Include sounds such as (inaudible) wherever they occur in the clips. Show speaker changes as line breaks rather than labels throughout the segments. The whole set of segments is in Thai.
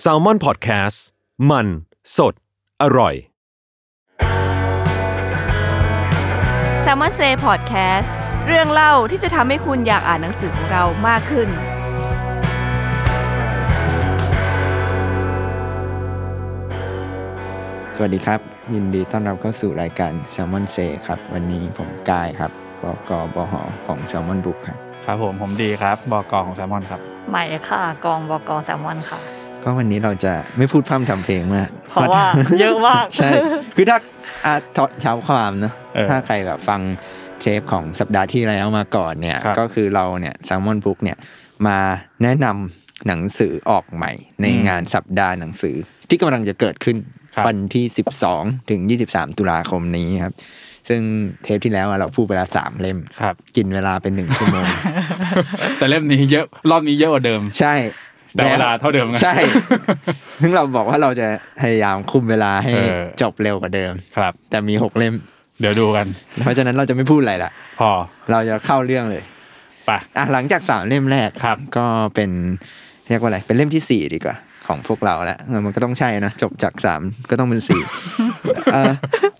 แซลมอนพอดแคสต์มันสดอร่อย
s ซ l m o n s a y Podcast เรื่องเล่าที่จะทำให้คุณอยากอ่านหนังสือของเรามากขึ้น
สวัสดีครับ ยินดีต้อนรับเข้าสู่รายการ s ซ l m o n s a y ครับ วันนี้ผมกายครับบกบหของ s ซ l m o n Book ครับ
ครับผมผมดีครับบอกอของแซมมอนครับ
ใหม่ค่ะ กองบกแซลมอน
(laughs)
ค่ะ
ก็วันนี้เราจะไม่พูดพร่ำทำเพลงมาก (laughs)
เพราะว่าเยอะมาก
ใช่ คือถ้าอาถอดเช้าความเนอะ
เออ
ถ้าใครแบบฟังเทปของสัปดาห์ที่แล้วมาก่อนเนี่ย
ครับ
ก็คือเราเนี่ย s ซ l m o n Book เนี่ยมาแนะนำหนังสือออกใหม่ ใน
อืม
งานสัปดาห์หนังสือ ที่กำลังจะเกิดขึ้น
ครับ
วันที่ 12 ถึง 23 ตุลาคมนี้ครับ ซึ่งเทปที่แล้วอะเราพูดไปแล้วสามเล่ม
ครับ
กินเวลาเป็นหนึ่งชั่ว
(laughs)
โมง
แต่เล่มนี้เยอะรอบนี้เยอะกว่าเดิม
ใช่
แต่เวลาเท่าเดิมไง
ใช่ (laughs) ซึ่งเราบอกว่าเราจะพยายามคุมเวลาให้
เออ
จบเร็วกว่าเดิม
ครับ
แต่มีหกเล่ม
เดี๋ยวดูกัน
เพราะฉะนั้นเราจะไม่พูดอะไรละ
พอ
เราจะเข้าเรื่องเลย
ไป
อ่ะหลังจากสามเล่มแรก
ครับ
ก็เป็นเรียกว่าอะไรเป็นเล่มที่สี่ดีกว่า ของพวกเราแล้วเออมันก็ต้องใช่นะจบจากสามก็ต้องเป็น
(laughs)
สี่เอ่อ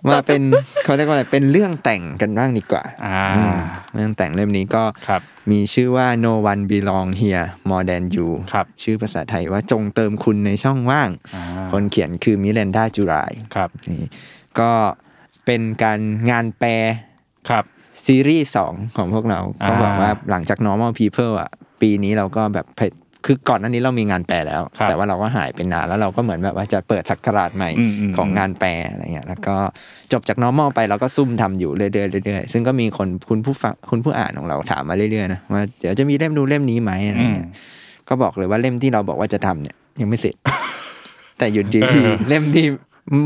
มาเป็นเขาเรียกว่าอะไรเป็นเรื่องแต่งกันบ้างดีกว่า
อ่า
อืมเรื่องแต่งเล่มนี้ก็
ครับ
มีชื่อว่า no one belong here more than you
ครับ
ชื่อภาษาไทยว่าจงเติมคุณในช่องว่าง
อ่า
คนเขียนคือมิเรนดาจูไราย
ครับ
นี่ก็เป็นการงานแปล
ครับ
ซีรีส์สองของพวกเรา
อ่า
เขาบอกว่าหลังจาก normal people อ่ะ ปีนี้เราก็แบบเพคือก่อนหน้านี้เรามีงานแปลแล้ว แต่ว่าเราก็หายไปนานแล้วเราก็เหมือนแบบว่าจะเปิดสักราชใหม่
อืมม
ของงานแปลอะไรเงี้ยแล้วก็จบจาก normal ไปเราก็ซุ่มทำอยู่เรื่อยๆเรื่อยๆซึ่งก็มีคนคุณผู้ฟังคุณผู้อ่านของเราถามมาเรื่อยๆนะว่าเดี๋ยวจะมีเล่มดูเล่มนี้ไหมอะไร
อืม
เงี้ยก็บอกเลยว่าเล่มที่เราบอกว่าจะทำเนี่ยยังไม่เสร็จ (laughs) แต่หยุดดี
เออ (laughs)
ที่เล่มที่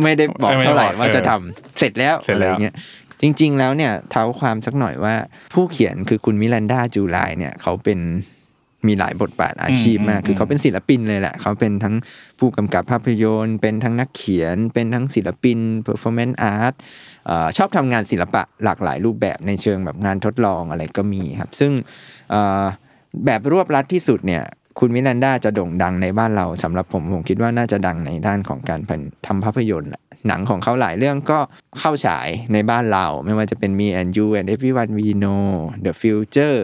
ไม่ได้บอก
เออไม่ได้
เท่าไหร่
บอก
ว่าจะทำเสร็จแล้ว
เสร็จ
อะไร
แล้ว
เงี้ยจริง ๆ แล้วเนี่ยเท้าความสักหน่อยว่า ผู้เขียนคือคุณมิลันดาจูไลเนี่ย เขาเป็นมีหลายบทบาทอาชีพมาก คือเขาเป็นศิลปินเลยแหละ เขาเป็นทั้งผู้กำกับภาพยนตร์ เป็นทั้งนักเขียน เป็นทั้งศิลปิน performance art เอ่อชอบทำงานศิลปะหลากหลายรูปแบบในเชิงแบบงานทดลองอะไรก็มีครับ ซึ่งเอ่อแบบรวบรัดที่สุดเนี่ย คุณมิลันดาจะโด่งดังในบ้านเราสำหรับผมผมคิดว่าน่าจะดังในด้านของการทำภาพยนตร์แหละหนังของเขาหลายเรื่องก็เข้าฉายในบ้านเรา ไม่ว่าจะเป็น Me and You and Everyone We Know The Future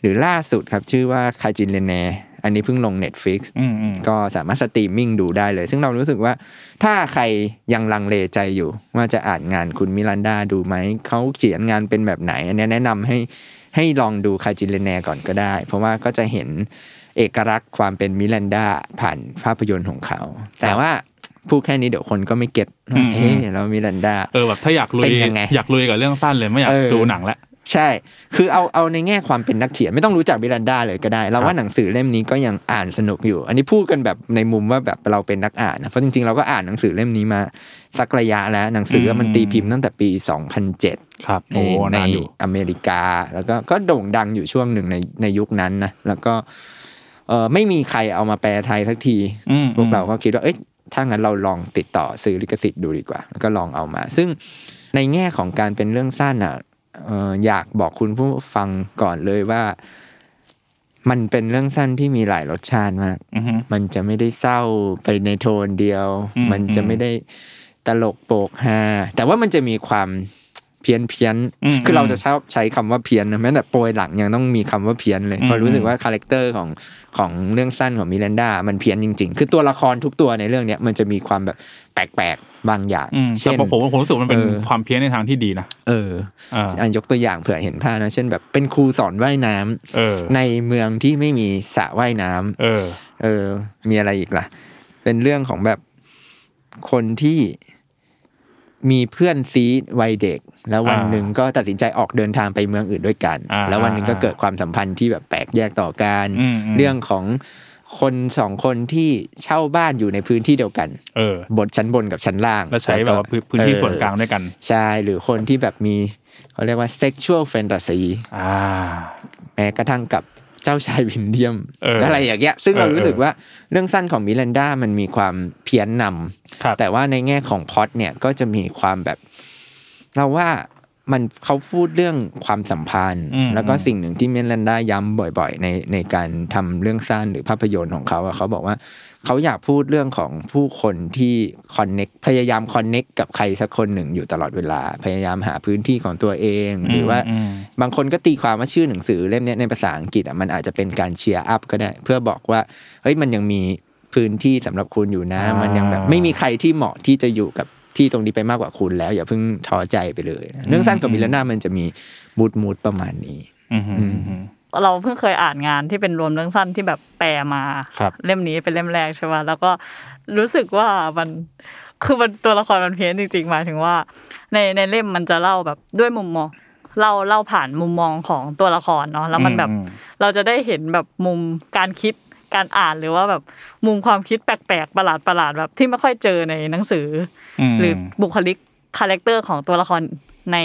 หรือล่าสุดครับ ชื่อว่าคาจินเลเนอันนี้เพิ่งลง Netflix
อืมอืม
ก็สามารถสตรีมมิ่งดูได้เลย ซึ่งเรารู้สึกว่าถ้าใครยังลังเลใจอยู่ ว่าจะอ่านงานคุณมิลันดาดูไหม เขาเขียนงานเป็นแบบไหน อันเนี้ยแนะนำให้ให้ลองดูคาจิเลเนก่อนก็ได้ เพราะว่าก็จะเห็นเอกลักษณ์ความเป็นมิลันดาผ่านภาพยนตร์ของเขา แต่ว่าพูดแค่นี้เดี๋ยวคนก็ไม่เก็ต
อืม
เอ๊ะแล้วมิลันดา
เออแบบถ้าอยากลุย
เป็นยังไง
อยากลุยกับเรื่องสั้นเลยไม่อยาก
เออ
ดูหนังละ
ใช่ คือเอาเอาในแง่ความเป็นนักเขียนไม่ต้องรู้จักมิรันดาเลยก็ได้ เราว่าหนังสือเล่มนี้ก็ยังอ่านสนุกอยู่ อันนี้พูดกันแบบในมุมว่าแบบเราเป็นนักอ่านนะ เพราะจริงๆเราก็อ่านหนังสือเล่มนี้มาสักระยะแล้ว หนังสือมัน
อืม
ตีพิมพ์ตั้งแต่ปี 2007
ครับโอ้
ใน
นานอยู่
อเมริกาแล้วก็ก็โด่งดังอยู่ช่วงหนึ่งในในยุคนั้นนะแล้วก็เออไม่มีใครเอามาแปลไทยทักที
อืม
พวกเราก็คิดว่าเอ้ยถ้างั้นเราลองติดต่อซื้อลิขสิทธิ์ดูดีกว่า แล้วก็ลองเอามา ซึ่งในแง่ของการเป็นเรื่องสั้นอ่ะเอ่ออยากบอกคุณผู้ฟังก่อนเลยว่า มันเป็นเรื่องสั้นที่มีหลายรสชาติมาก
อือฮึ
มันจะไม่ได้เศร้าไปในโทนเดียว
อืม
มันจะไม่ได้ตลกโปกฮาแต่ว่ามันจะมีความ เพี้ยนเพี้ยนๆ
อืม
คือเราจะชอบใช้คำว่าเพี้ยนนะแม้แต่โปรยหลังยังต้องมีคำว่าเพี้ยนเลย
อืม
เพราะรู้สึกว่าคาแรคเตอร์ของของเรื่องสั้นของมิเรนดามันเพี้ยนจริง ๆ คือตัวละครทุกตัวในเรื่องเนี้ยมันจะมีความแบบแปลกๆบางอย่าง
อืมแต่
เช่น
ผมผมผมรู้สึกมันเป็น
เออ
ความเพี้ยนในทางที่ดีนะ
เออ
เออ
อันยกตัวอย่างเผื่อเห็นภาพนะเช่นแบบเป็นครูสอนว่ายน้ำ
เออ
ในเมืองที่ไม่มีสระว่ายน้ำ
เออ
เออ มีอะไรอีกล่ะ เป็นเรื่องของแบบคนที่มีเพื่อนซีวัยเด็ก แล้ววัน
อ่า
หนึ่งก็ตัดสินใจออกเดินทางไปเมืองอื่นด้วยกัน
อ่า
แล้ววันหนึ่งก็
อ่า
เกิดความสัมพันธ์ที่แบบแปลกแยกต่อกัน
อืมอืม
เรื่องของคนสองคนที่เช่าบ้านอยู่ในพื้นที่เดียวกัน
เออบ
ทชั้นบนกับชั้นล่าง
แล้วใช้แบบว่าพื้นพื้นที่ส่วนกลางด้วยกัน
ใช่ หรือคนที่แบบมีเขาเรียกว่า sexual fantasy
อ่า
แม้กระทั่งกับเจ้าชายวินเดียม
เอออ
อะไรอย่างเงี้ย ซึ่งเรา
เออ
รู้สึก
เออ
ว่าเรื่องสั้นของมิลันดามันมีความเพี้ยนนำ
ครับ
แต่ว่าในแง่ของพล็อตเนี่ยก็จะมีความแบบ เราว่ามันเขาพูดเรื่องความสัมพันธ์
อืม
แล้วก็สิ่งหนึ่งที่มิลันดาย้ำบ่อย ๆ ในในการทำเรื่องสั้นหรือภาพยนตร์ของเขาอะเขาบอกว่าเขาอยากพูดเรื่องของผู้คนที่คอนเน็กพยายามคอนเน็กกับใครสักคนหนึ่งอยู่ตลอดเวลา พยายามหาพื้นที่ของตัวเอง หรือว่า
อืม
บางคนก็ตีความว่าชื่อหนังสือเล่มเนี้ยในภาษาอังกฤษอ่ะมันอาจจะเป็นการเชียร์อัพก็ได้ เพื่อบอกว่าเฮ้ยมันยังมีพื้นที่สำหรับคุณอยู่นะ
อ่ามั
มันยังแบบไม่มีใครที่เหมาะที่จะอยู่กับที่ตรงนี้ไปมากกว่าคุณแล้ว อย่าเพิ่งท้อใจไปเลยนะเรื่องสั้นกับมิลนามันจะมีมูดมูดประมาณนี้
อืมอืมอืม
(laughs) เราเพิ่งเคยอ่านงานที่เป็นรวมเรื่องสั้นที่แบบแปลมา
ครับ
เล่มนี้เป็นเล่มแรกใช่ป่ะแล้วก็รู้สึกว่ามันคือมันตัวละครมันเพี้ยนจริงๆหมายถึงว่า ในในเล่มมันจะเล่าแบบด้วยมุมมองเล่าเล่าผ่านมุมมองของตัวละครเนาะแล้วมันแบบ
อือื
เราจะได้เห็นแบบมุมการคิดการอ่านหรือว่าแบบมุมความคิดแปลกๆประหลาดประหลาดๆแบบที่ไม่ค่อยเจอในหนังสืออ
ม
หรือบุคลิกคาแรคเตอร์ของตัวละครใน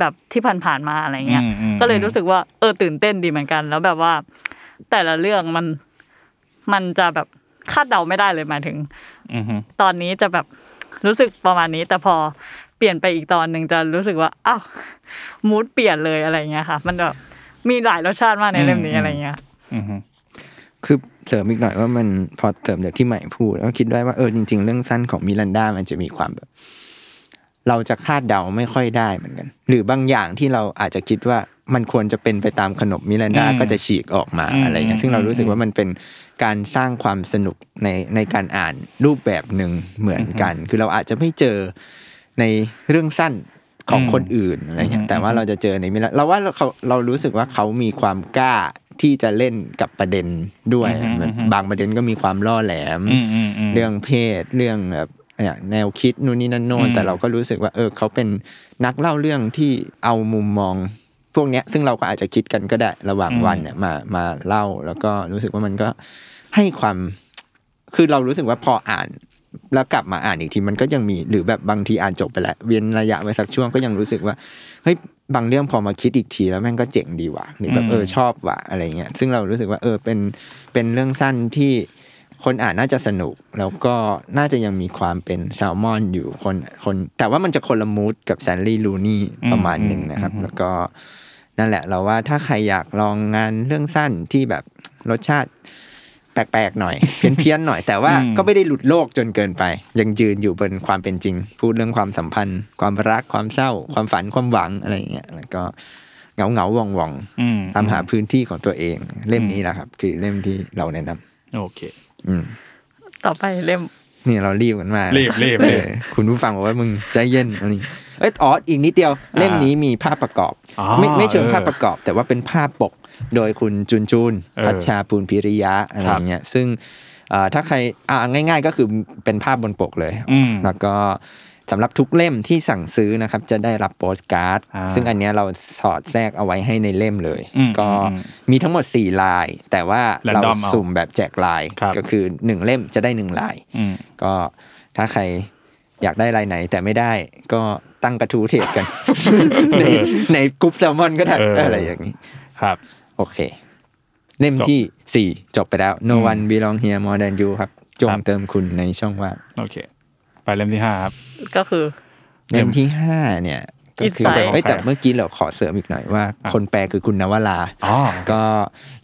แบบที่ผ่านๆมาอะไรเงี้ย
อืมอืม
ก็เลยรู้สึกว่าเออตื่นเต้นดีเหมือนกัน แล้วแบบว่า แต่ละเรื่องมันมันจะแบบคาดเดาไม่ได้เลยหมายถึง
อืมอืม
ตอนนี้จะแบบรู้สึกประมาณนี้ แต่พอเปลี่ยนไปอีกตอนหนึ่งจะรู้สึกว่าอ้าวมูดเปลี่ยนเลยอะไรเงี้ยค่ะ มันแบบมีหลายรสชาติมากในเล่มนี้อะไรเงี้ย
อืมอืม
คือเสริมอีกหน่อยว่ามันพอเสริมจากที่ใหม่พูดก็คิดได้ว่าเออจริง ๆ เรื่องสั้นของมิลันดามันจะมีความแบบ เราจะคาดเดาไม่ค่อยได้เหมือนกัน หรือบางอย่างที่เราอาจจะคิดว่ามันควรจะเป็นไปตามขนบมิลันดา
อืม
ก็จะฉีกออกมา
อืม
อะไรเงี้ยซึ่งเรารู้สึกว่ามันเป็นการสร้างความสนุกในในการอ่านรูปแบบหนึ่งเหมือนกัน คือเราอาจจะไม่เจอในเรื่องสั้นของ
อืม
คนอื่นอะไรเงี้ยแต่ว่าเราจะเจอในมิลันเราว่าเราเขาเรารู้สึกว่าเขามีความกล้าที่จะเล่นกับประเด็นด้วย ด้วย
อืม
แบบ
อืม
บางประเด็นก็มีความล่อแหลม
อืมอืมอืม
เรื่องเพศเรื่องแบบเนี่ยแนวคิดนู่นนี่นั่นโน่น
อืม
แต่เราก็รู้สึกว่าเออเขาเป็นนักเล่าเรื่องที่เอามุมมอง พวกเนี้ยซึ่งเราก็อาจจะคิดกันก็ได้ระหว่างวันเนี่ยมามาเล่าแล้วก็รู้สึกว่ามันก็ให้ความ คือเรารู้สึกว่าพออ่าน แล้วกลับมาอ่านอีกทีมันก็ยังมีหรือแบบบางทีอ่านจบไปแล้ว เว้นระยะไว้สักช่วงก็ยังรู้สึกว่าเฮ้ยบางเรื่องพอมาคิดอีกทีแล้วแม่งก็เจ๋งดีว่ะหรือแบบเออชอบว่ะอะไรเงี้ยซึ่งเรารู้สึกว่าเออเป็นเป็นเรื่องสั้นที่คนอ่านน่าจะสนุก แล้วก็น่าจะยังมีความเป็นแซลมอนอยู่คนคนแต่ว่ามันจะคนละมูดกับแซนลี่ลูนี่ประมาณหนึ่งนะครับ
อืม
แล้วก็นั่นแหละเราว่าถ้าใครอยากลองงานเรื่องสั้นที่แบบรสชาติ แปลกๆหน่
(laughs)
อย เพี้ยนๆหน่อยแต่ว่า
อืม
ก็ไม่ได้หลุดโลกจนเกินไป ยังยืนอยู่บนความเป็นจริง พูดเรื่องความสัมพันธ์ ความรักความเศร้า ความฝันความหวังอะไรอย่างเงี้ยแล้วก็เงาเงาๆว่องว่อง
อืม
ๆตามหาพื้นที่ของตัวเอง เล่มนี้แหละครับ คือเล่มที่เราแนะนำ
โอเค
อืม
ต่อไปเล่ม
นี่เรารีบกันมาก
รีบรีบ
เอ
รีบ
อคุณผู้ฟังบอกว่ามึงใจเย็นอะไรอย่างเงี้ยเอ้ยอ๋ออีกนิดเดียว เล่มนี้มีภาพประกอบ
อ๋อ
ไม่ไม่เชิงภาพ
เออ
ประกอบ แต่ว่าเป็นภาพปกโดยคุณจุนจูน
เออ
พัชชาปูนพิริยะอะไร
ครับ
เงี้ยซึ่งเอ่อถ้าใครอ่าง่าย ๆ ก็คือเป็นภาพบนปกเลย
อืม
แล้วก็สำหรับทุกเล่มที่สั่งซื้อนะครับ จะได้รับโปสการ์ด
อ่า
ซึ่งอันเนี้ยเราสอดแทรกเอาไว้ให้ในเล่มเลย
อืม
ก็
อืม
มีทั้งหมด 4 ลาย แต่ว่าเรา
Random เอา
สุ่มแบบแจกลาย
ครับ
ก็คือ 1 เล่มจะได้ 1 ลาย
อืม
ก็ถ้าใครอยากได้ลายไหนแต่ไม่ได้ก็ตั้งกระทู้เทรด
(laughs)
กัน ในในกรุ๊ปแซลมอนก็ได้
เอออ
อะไรอย่างนี้
ครับ
โอเค เล่ม
จบ
ที่ 4 จบไปแล้ว No
อืม
one belong here more than you ครับ จง
ครับ
เติมคุณในช่องว่าง
โอเค ไปเล่มที่ห้าครับ
ก็คือ
เล่มที่ห้าเนี่ยก็คือ
Insight
เอ้ยแต่เมื่อกี้เราขอเสริมอีกหน่อยว่า
อ่ะ
คนแปลคือคุณนวรา
อ๋อ
ก็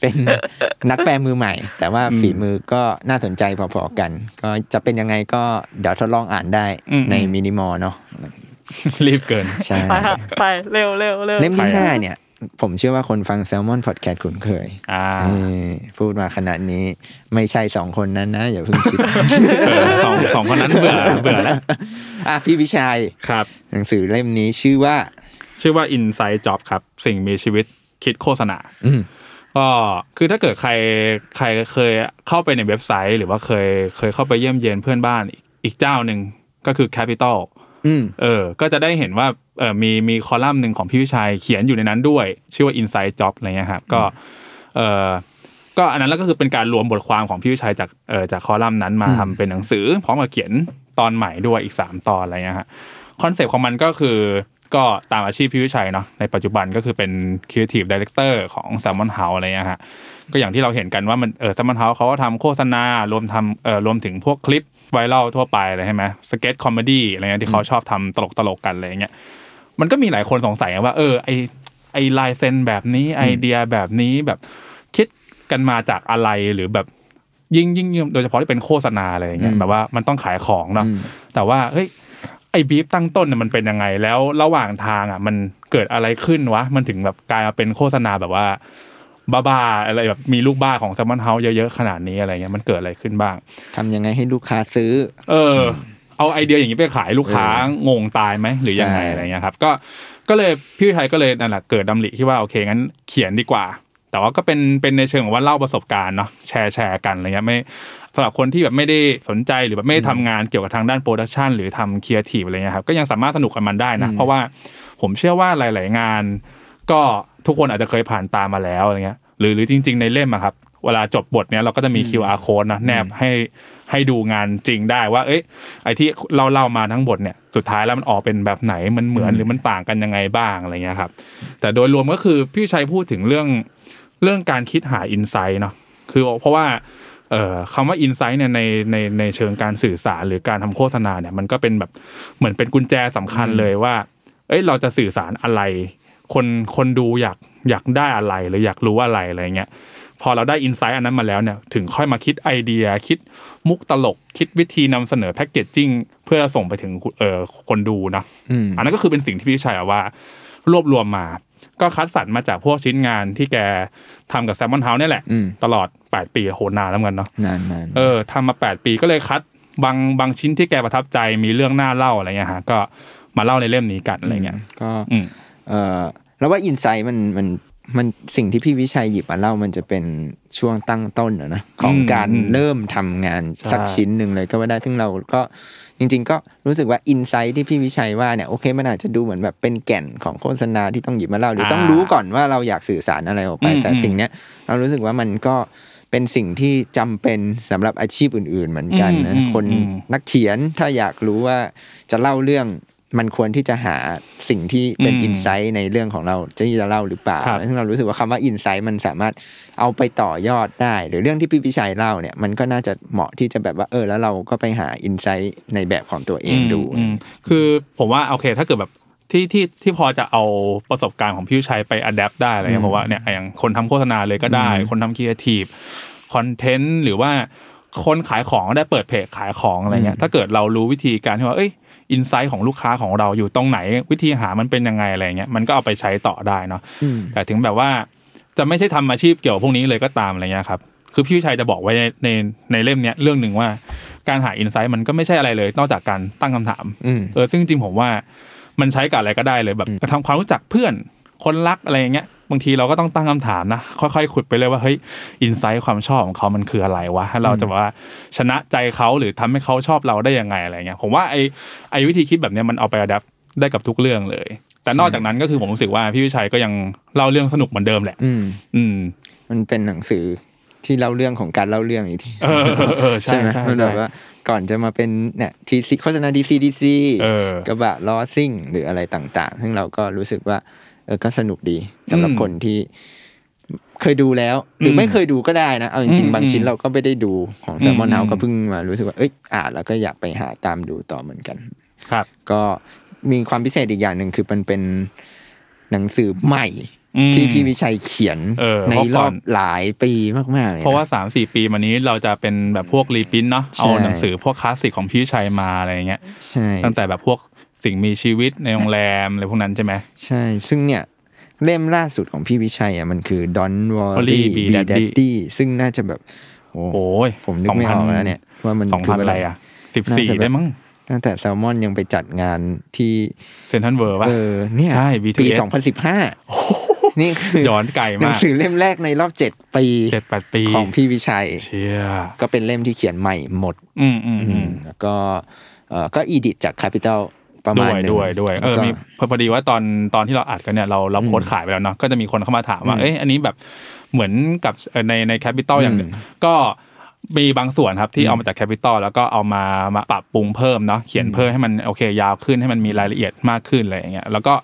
เป็น (laughs) นักแปลมือใหม่ แต่ว่า
อืม
ฝีมือก็น่าสนใจพอๆกัน ก็จะเป็นยังไงก็เดี๋ยวทดลองอ่านได้
อืม
ใน
อืม
มินิมอลเนาะ
(laughs) รีบเกิน
ใช่
ไปค่ะไปเร็วเร็วเร็ว
เล่มที่
ใครอะ
ห้าเนี่ย ผมเชื่อว่าคนฟังแซลมอนพอดแคสต์คุ้นเคย
อ่า
เออพูดมาขนาดนี้ไม่ใช่สองคนนั้นนะ อย่าเพิ่งคิด
เออสองสองคนนั้นเบื่อเบื่อแล้ว
อ่ะพี่วิชัย
ครับ
หนังสือเล่มนี้ชื่อว่า
ชื่อว่า Inside Job ครับ สิ่งมีชีวิตคิดโฆษณา
อืม
ก็คือถ้าเกิดใครใครเคยเข้าไปในเว็บไซต์ หรือว่าเคยเคยเข้าไปเยี่ยมเยียนเพื่อนบ้านอีกอีกเจ้าหนึ่งก็คือ Capital
อืม
เออ ก็จะได้เห็นว่าเออมีมีคอลัมน์หนึ่งของพี่วิชัยเขียนอยู่ในนั้นด้วย ชื่อว่า Inside Job อะไรเงี้ยครับ ก็เออก็อันนั้นแล้วก็คือเป็นการรวมบทความของพี่วิชัยจากเออจากคอลัมน์นั้นมาทำเป็นหนังสือ พร้อมกับเขียนตอนใหม่ด้วยอีก 3 ตอนอะไรเงี้ยฮะคอนเซปต์ของมันก็คือก็ตามอาชีพพี่วิชัยเนาะในปัจจุบันก็คือเป็น Creative Director ของ s ซ l m o n House อะไรเงี้ยฮะก็อย่างที่เราเห็นกันว่ามันเออ s ซ l m o n House เขาก็ทำโฆษณารวมทำเออรวมถึงพวกคลิปไวรัลทั่วไปอะไรใช่ไหมสเก็ตคอมเมดี้อะไรเงี้ยที่เขาชอบทำตลกตลกๆกันอะไรเงี้ย มันก็มีหลายคนสงสัยว่า เออไอไอลายเซ็นแบบนี้ไอเดียแบบนี้แบบคิดกันมาจากอะไรหรือแบบยิ่งยิ่งยิ่งโดยเฉพาะที่เป็นโฆษณาอะไรอย่างเงี้ย
อืม
แบบว่ามันต้องขายของเนาะแต่ว่าเฮ้ยไอบีฟตั้งต้นเนี่ยมันเป็นยังไงแล้วระหว่างทางอ่ะมันเกิดอะไรขึ้นวะ มันถึงแบบกลายมาเป็นโฆษณาแบบว่าบ้าๆอะไรแบบมีลูกบ้าของแซมมอนเฮาส์เยอะๆขนาดนี้อะไรเงี้ยมันเกิดอะไรขึ้นบ้าง
ทำยังไงให้ลูกค้าซื้อ
เออเอาไอเดียอย่างนี้ไปขายลูกค้า
เออง
งตายไหมหรือยังไง
ใช่
อะไรเงี้ยครับก็ก็เลยพี่วิชัยก็เลยนั่นแหละเกิดดำริที่ว่าโอเคงั้นเขียนดีกว่า แต่ว่าก็เป็นเป็นในเชิงของว่าเล่าประสบการณ์เนาะแชร์แชร์กันอะไรเงี้ยไม่สำหรับคนที่แบบไม่ได้สนใจหรือแบบไม่ได้ทำงานเกี่ยวกับทางด้านโปรดักชันหรือทำครีเอทีฟอะไรเงี้ยครับก็ยังสามารถสนุกกับมันได้นะ เพราะว่าผมเชื่อว่าหลาย ๆ งาน ก็ทุกคนอาจจะเคยผ่านตามมาแล้วอะไรเงี้ยหรือหรือจริง ๆ ในเล่มอะครับ เวลาจบบทเนี้ยเราก็จะมี QR code นะแนบให้ให้ดูงานจริงได้ว่า เอ้ยไอที่เราเล่ามาทั้งบทเนี่ยสุดท้ายแล้วมันออกเป็นแบบไหนมันเหมือนหรือมันต่างกันยังไงบ้างอะไรเงี้ยครับ แต่โดยรวมก็คือพี่ชัยพูดถึงเรื่องเรื่องการคิดหาอินไซต์เนาะคือเพราะว่าเอ่อคำว่าอินไซต์เนี่ยในในในเชิงการสื่อสารหรือการทำโฆษณาเนี่ยมันก็เป็นแบบเหมือนเป็นกุญแจสำคัญเลยว่า เอ้ยเราจะสื่อสารอะไร คนคนดูอยากอยากได้อะไรหรืออยากรู้อะไรอะไรเงี้ยพอเราได้อินไซต์อันนั้นมาแล้วเนี่ยถึงค่อยมาคิดไอเดีย คิดมุกตลก คิดวิธีนำเสนอแพ็กเกจจิ้งเพื่อส่งไปถึงเอ่อคนดูนะ
อืม
อันนั้นก็คือเป็นสิ่งที่พี่ชัยอะว่ารวบรวมมา ก็คัดสรรมาจากพวกชิ้นงานที่แกทำกับแซมมอนเฮาส์เนี่ยแหละ
อืม
ตลอด 8 ปีโหนานแล้วเหมือนกันเนาะ
นานนาน
เออทำมา 8 ปีก็เลยคัดบางบางชิ้นที่แกประทับใจมีเรื่องน่าเล่าอะไรเงี้ยฮะก็มาเล่าในเล่มนี้กันอะไรเงี้ย
ก็
อืม
เออแล้วว่าอินไซต์มันมันมันสิ่งที่พี่วิชัยหยิบมาเล่ามันจะเป็นช่วงตั้งต้นอะนะของ
อืม
การเริ่มทำงาน
ใช่
สักชิ้นหนึ่งเลยก็ว่าได้ซึ่งเราก็จริง ๆ ก็รู้สึกว่าอินไซต์ที่พี่วิชัยว่าเนี่ยโอเคมันอาจจะดูเหมือนแบบเป็นแก่นของโฆษณาที่ต้องหยิบมาเล่าหรือต้องรู้ก่อนว่าเราอยากสื่อสารอะไรออกไป แต่สิ่งเนี้ยเรารู้สึกว่ามันก็เป็นสิ่งที่จำเป็นสำหรับอาชีพอื่น ๆ เหมือนกันนะ
อืม
คน
อืม
นักเขียนถ้าอยากรู้ว่าจะเล่าเรื่องมันควรที่จะหาสิ่งที่เป็น
อืม
อินไซต์ในเรื่องของเราจะจะเล่าหรือเปล่า
ครับ
ซึ่งเรารู้สึกว่าคำว่าอินไซต์มันสามารถเอาไปต่อยอดได้ หรือเรื่องที่พี่พิชัยเล่าเนี่ยมันก็น่าจะเหมาะที่จะแบบว่าเออแล้วเราก็ไปหาอินไซต์ในแบบของตัวเองดู
มมคือผมว่าโอเคถ้าเกิดแบบที่ที่ที่พอจะเอาประสบการณ์ของพี่วิชัยไปอัดแอปได้อะไรเงี้ยผมว่าเนี่ยอย่างคนทำโฆษณาเลยก็ได้ คนทำครีเอทีฟคอนเทนต์หรือว่าคนขายของก็ได้เปิดเพจขายของอะไรเงี้ยถ้าเกิดเรารู้วิธีการที่ว่าเอ้ยอินไซต์ของลูกค้าของเราอยู่ตรงไหน วิธีหามันเป็นยังไงอะไรเงี้ยมันก็เอาไปใช้ต่อได้เนาะแต่ถึงแบบว่าจะไม่ใช่ทำอาชีพเกี่ยวกับพวกนี้เลยก็ตามอะไรเงี้ยครับคือพี่วิชัยจะบอกไว้ในในในเล่มเนี้ยเรื่องหนึ่งว่า การหาอินไซต์มันก็ไม่ใช่อะไรเลย นอกจากการตั้งคำถาม
อืม
เออซึ่งจริงผมว่ามันใช้กับอะไรก็ได้เลยแบบทำความรู้จักเพื่อนคนรักอะไรอย่างเงี้ยบางทีเราก็ต้องตั้งคำถามนะ ค่อยๆขุดไปเลยว่าเฮ้ยอินไซต์ความชอบของเขามันคืออะไรวะให้เราจะแบบว่าชนะใจเขาหรือทำให้เขาชอบเราได้ยังไงอะไรเงี้ยผมว่าไอไอวิธีคิดแบบเนี้ยมันเอาไปอัดแอได้กับทุกเรื่องเลย แต่นอกจากนั้นก็คือผมรู้สึกว่าพี่วิชัยก็ยังเล่าเรื่องสนุกเหมือนเดิมแหละ
อืม
อืม
มันเป็นหนังสือที่เล่าเรื่องของการเล่าเรื่องอีกที
เออเออเออ
(laughs)
ใช่
ไหม
ใช่
มัน
ใช่
แบบว่าก่อนจะมาเป็นเนี่ยทีซีโฆษณาดีซีดีซี
เออ
กระบะล้อซิ่งหรืออะไรต่าง ๆ ซึ่งเราก็รู้สึกว่าเออก็สนุกดีสำหรับ
อืม
คนที่เคยดูแล้ว หรืออ
ม
ไม่เคยดูก็ได้นะ เอาจ
อื
ริง
ม
ๆ บางชิ้นเราก็ไม่ได้ดูของแซมมอน
อืม
เฮา
อืม
ก็เพิ่งมารู้สึกว่าเอ้ยอ่านแล้วก็อยากไปหาตามดูต่อเหมือนกัน
ครับ
ก็มีความพิเศษอีกอย่างหนึ่งคือมันเป็นหนังสือใหม่
อืม
ที่พี่วิชัยเขียน
เออ
ใน
เพราะ
ร
ก่
อ
อบ น
หลายปีมากๆเลยน
เพราะว่า3าสี่ปีมานี้เราจะเป็นแบบพวกรีพินเนาะ
ใช่
เอาหนังสือพวกคลาสสิกของพี่ชัยมาอะไรอย่างเงี้ย
ใช่
ตั้งแต่แบบพวก สิ่งมีชีวิตในโรงแรมอะไรพวกนั้นใช่ไหม
ใช่ ซึ่งเนี่ย เล่มล่าสุดของพี่วิชัยอ่ะมันคือ Don't Worry
Worry
Be
Be
Daddy,
Daddy
ซึ่งน่าจะแบบโอ้
โอ้ย
ผมนึกไม่ออกแล้วเนี่ย ว่ามัน
สอง
คื
พัน
ออะ
อะไร ไรอ่ะสิบ
น่า
สี่
จะแบบ
ได้มั้ง
ตั้งแต่แซลมอนยังไปจัดงานที่
เซนทันเวิร์ป่ะ
เออเนี่ย
ใช่
ปี
BTS
2015 นี่คือ
ย้อนไกล
หนั
มาง ก
สือเล่มแรกในรอบ 7 ปี
เจ็ดแปดปี
ของพี่วิชัย
เชีย
ก็เป็นเล่มที่เขียนใหม่หมด
อืมอืม
อื
อื
ม
ม
แล้วก็เอ่อก็อีดิจาก Capital ประมาณ
ด้วย
หนึง
ด้วยด้วยเออ
แล้วก็
มีพอพอดีว่าตอนตอนที่เราอัดกันเนี่ยเราเราโพสต์ขายไปแล้วเนาะก็จะมีคนเข้ามาถามว่าเอ้ยอันนี้แบบเหมือนกับเอ่อในในแคปิตอลอย่างหนึ่งก็มีบางส่วนครับที่เอามาจากแคปิตอลแล้วก็เอามามาปรับปรุงเพิ่มเนาะเขียนเพิ่มให้มันโอเค ยาวขึ้นให้มันมีรายละเอียดมากขึ้นอะไรอย่างเงี้ยแล้วก็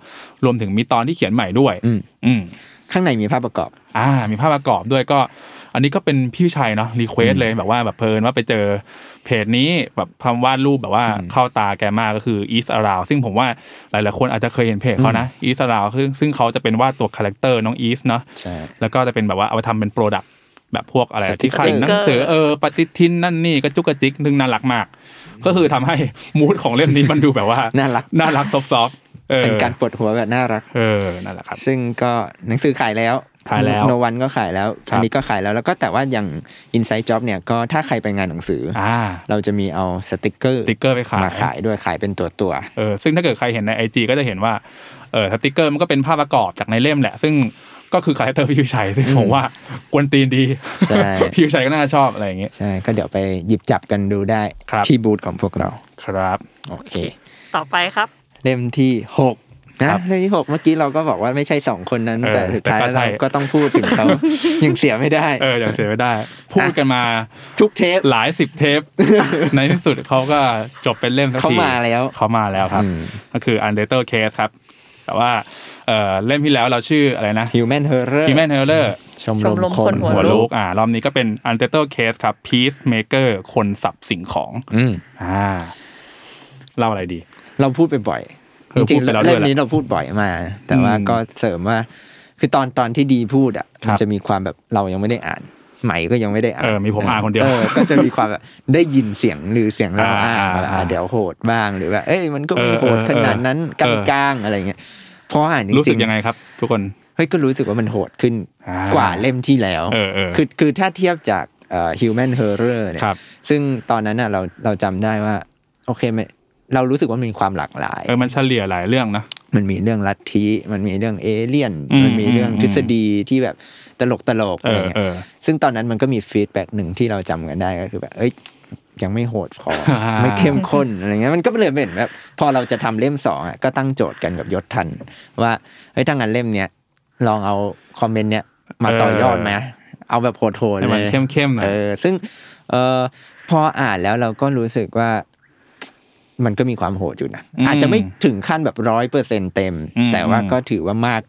รวมถึงมีตอนที่เขียนใหม่ด้วย
อืม
อืม
ข้างในมีภาพประกอบ
อ่ามีภาพประกอบด้วยก็ อันนี้ก็เป็นพี่ชัยเนาะรีเควสเลยแบบว่าแบบเพลินว่าไปเจอเพจนี้แบบทำวาดรูปแบบว่าเข้าตาแกมากก็คือ East Around ซึ่งผมว่าหลายๆคนอาจจะเคยเห็นเพจเขานะ East Around ซึ่งซึ่งเขาจะเป็นวาดตัวคาแรคเตอร์น้อง East เนาะ
ใช่
แล้วก็จะเป็นแบบว่าเอาไปทำเป็นโปรดักต์แบบพวกอะไร
สติก
ที่
เกอร์
ขันหนังสือเออปฏิทินนั่นนี่กระจุกกระจิกนึงน่ารักมาก ก็คือทำให้มูดของเล่มนี้มันดูแบบว่า
น่ารัก
น่ารักซอฟต์ๆเออ
เป็นการปวดหัวแบบน่ารัก
เออนั่นแหละครับ
ซึ่งก็หนังสือขายแล้ว
ขายแล้ว
โนวันก็ขายแล้ว
ครับ
อันนี้ก็ขายแล้วแล้วก็แต่ว่าอย่าง Inside Job เนี่ยก็ถ้าใครไปงานหนังสืออ
อ่า
เราจะมีเอาสติกเกอร์
สติกเกอร์ไปขาย
มาขายด้วยขายเป็นตัวตัว
เออซึ่งถ้าเกิดใครเห็นในไอจก็จะเห็นว่าเออสติกเกอร์มันก็เป็นภาพประกอบจากในเล่มแหละ ซึ่งก็คือคาแรคเตอร์พี่วิชัยซึ่งผมว่ากวนตีนดี
ใช่
พี่วิชัยก็น่าชอบอะไรอย่างเงี้ย
ใช่ก็เดี๋ยวไปหยิบจับกันดูได้
ครับ
ที่บูธของพวกเรา
ครับ
โอเค
ต่อไปครับ
เล่มที่หก
ครั
นะ
บ
เล่มที่หกเมื่อกี้เราก็บอกว่าไม่ใช่สองคนนั้น
เออ
แต่สุดท้าย
แต่ก็ใช่
เราก็ต้องพูดถึงเขา
(laughs)
ยังเสียไม่ได้
เอออย่างเสียไม่ได้ พูดกันมา
ทุกเทป
หลายสิบเทป ในที่สุดเขาก็จบเป็นเล่มสักที
เขามาแล้ว
เขามาแล้วครับ
อืม
ก็คือ Undertale Case ครับ แต่ว่าเออเล่มที่แล้วเราชื่ออะไรนะ
Human Horror
Human Error
ชม
ช
ร
มร
ม
ม
ค
คน น
หัว
ลู
ลู
ก
กอ่ารอบนี้ก็เป็น Undertale Case ครับ Peacemaker คนสับสิ่งของ
อืม
อ่าเล่าอะไรดี
เราพูดไปบ่อย
เอ
จ
อ
ริงๆ
พูดไปแล้วด้ว
เล่
ย
มนี้เราพูดบ่อยมา แต่ว่า
อืม
ก็เสริมว่า คือตอนตอนที่ดีพูดอ่ะ
ครับ
มันจะมีความแบบเรายังไม่ได้อ่าน ใหม่ก็ยังไม่ได้อ่าน
เออมีผมอ่านคนเดียว
ก็จะมีความแบบ
(laughs)
ได้ยินเสียงหรือเสียงเราอ่า
อ่าน
ว่าอ่า
อ่า
เดี๋ยวโหดบ้างหรือว่าเอ้ยมันก็ไม่
เออ
โหดขนาดนั้น
เออ
กลางๆอะไรเงี้ยพออ่านจ
รู้สึ
ริ
ก
งๆ
ยังไงครับ ทุกคน
เฮ้ยก็รู้สึกว่ามันโหดขึ้น
อ่าก
ว่าเล่มที่แล้ว
เออเออ
คือคือถ้าเทียบจากเอ่อ human horror เนี่ย
ครับ
ซึ่งตอนนั้นน่ะเราเราจำได้ว่า โอเคมันเรารู้สึกว่ามันมีความหลากหลาย
เออมันเฉลี่ยหลายเรื่องนะ
มันมีเรื่องลัทธิมันมีเรื่องเอเลี่ยน
อืม
มันมีเรื่อง
อืม
ทฤษฎีที่แบบตลกตลก
เอ
อะไร
อ
เงี้
เอย อ
ซึ่งตอนนั้นมันก็มีฟีดแบ็หนึ่งที่เราจำกันได้ก็คือแบบเอ้ยยังไม่โหดพอ
(laughs) อ่า
ไม่เข้มข้นอะไรเงี้ยมันก็เลยเป็นแบบพอเราจะทำเล่มสองอ่ะก็ตั้งโจทย์กันกับยศทัน ว่าเฮ้ยถ้างั้นเล่มเนี้ยลองเอาคอมเมนต์เนี้ยมาต่อยอดไหมเอาแบบโหดๆ
ให้
เล
มัน
ย
เข้มๆหน่อย
เออซึ่งเออพออ่านแล้วเราก็รู้สึกว่า มันก็มีความโหดอยู่นะ
อืม
อาจจะไม่ถึงขั้นแบบร้อยเปอร์เซ็นเต็ม
อืม
แต่ว่าก็ถือว่ามาก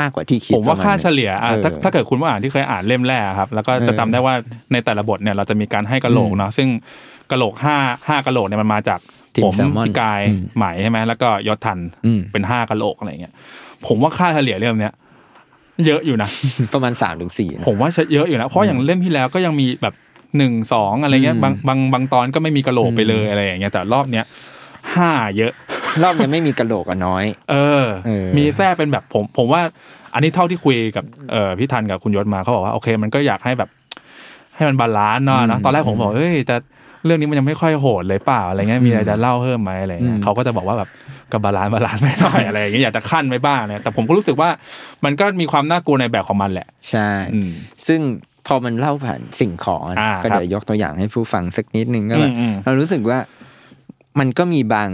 มากกว่าที่คิด
ผมว่า
ประณ
ค่า
หนึ่ง
เฉลี่ยอ่ะ
เออ
ถ้าถ้าเกิดคุณว่าอ่านที่เคยอ่านเล่มแรกครับ แล้วก็
เออ
จะจำได้ว่าในแต่ละบทเนี่ยเราจะมีการให้กะโหลกเนาะซึ่งกะโหลกห้าห้ากะโหลกเนี่ยมันมาจาก
ทีม
ผม
แซลมอน
พี่กาย
อืม
ไหมใช่ไหมแล้วก็ยศทัน
อืม
เป็นห้ากะโหลกอะไรเงี้ยผมว่าค่าเฉลี่ยเล่มเนี้ยเยอะอยู่นะ
ประมาณสามถึงสี่นะ
ผมว่าเยอะอยู่นะเพราะอย่างเล่มที่แล้วก็ยังมีแบบหนึ่งสองอะไรเงี้ย
อืม
บางบางบางตอนก็ไม่มีกระโหลกไปเลยอะไรอย่างเงี้ยแต่รอบเนี้ยห้าเยอะ
รอบเนี้ยไม่มีกระโหลกอะน้อย
เออ
เออ
มีแทรกเป็นแบบผม ผมว่า อันนี้เท่าที่คุยกับเออพี่ทันกับคุณยศมาเขาบอกว่าโอเค มันก็อยากให้แบบ ให้มันบาลานซ์เนาะเนอะตอนแรกผมบอกเอ้ยแต่เรื่องนี้มันยังไม่ค่อยโหดเลยเปล่าอะไรเงี้ยมีอะไรจะเล่าเพิ่มไหมอะไรเงี้
อื
ย
ม
เขาก็จะบอกว่าแบบก็บาลานซ์บาลานซ์ไม่หน่อยอะไรอย่างเงี้ย (laughs) อยากจะขั้นไว้บ้างเนี่ยแต่ผมก็รู้สึกว่ามันก็มีความน่ากลัวในแบบของมันแหละ
ใช่
อืม
ซึ่งพอมันเล่าผ่านสิ่งของอะนะ
อ่า
ก็เดี๋ยวยกตัวอย่างให้ผู้ฟังสักนิดนึงก็แบบ
อืมอืม
เรารู้สึกว่ามันก็มีบาง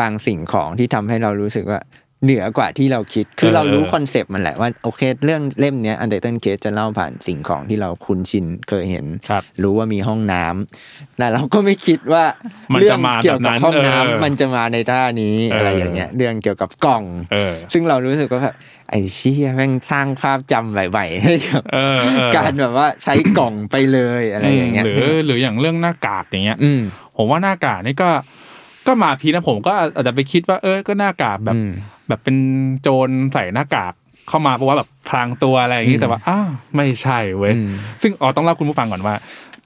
บางสิ่งของที่ทำให้เรารู้สึกว่าเหนือกว่าที่เราคิด คือเรารู้คอนเซปต์มันแหละว่าโอเค เรื่องเล่มเนี้ยอันเดอร์ตันเคสจะเล่าผ่านสิ่งของที่เราคุ้นชินเคยเห็น
ครับ
รู้ว่ามีห้องน้ำแต่เราก็ไม่คิดว่า
มัน
เรื่
จะมา
เกี่ยวกั
แบบนั้น
ห้องน้ำ
เออ
มันจะมาในท่านี้
เอออ
อะไรอย่างเงี้ย เรื่องเกี่ยวกับกล่อง
เออ
ซึ่งเรารู้สึกว่าแบบไอ้เชี่ยแม่งสร้างภาพจำใหม่ๆให้กับ
เออเออ
การแบบว่าใช้กล่องไปเลยอะไรอย่างเงี้ย
หรือหรืออย่างเรื่องหน้ากากอย่างเงี้ย
อืม
ผมว่าหน้ากากนี่ก็ก็มาพีนะผมก็อาจจะไปคิดว่าเออก็หน้ากากแบบ
อืม
แบบเป็นโจรใส่หน้ากากเข้ามาเพราะว่าแบบพรางตัวอะไรอย่าง
อื
นี้
ม
แต่ว่าอ้าวไม่ใช่เว้ย
อืม
ซึ่งอ๋อต้องเล่าคุณผู้ฟังก่อนว่า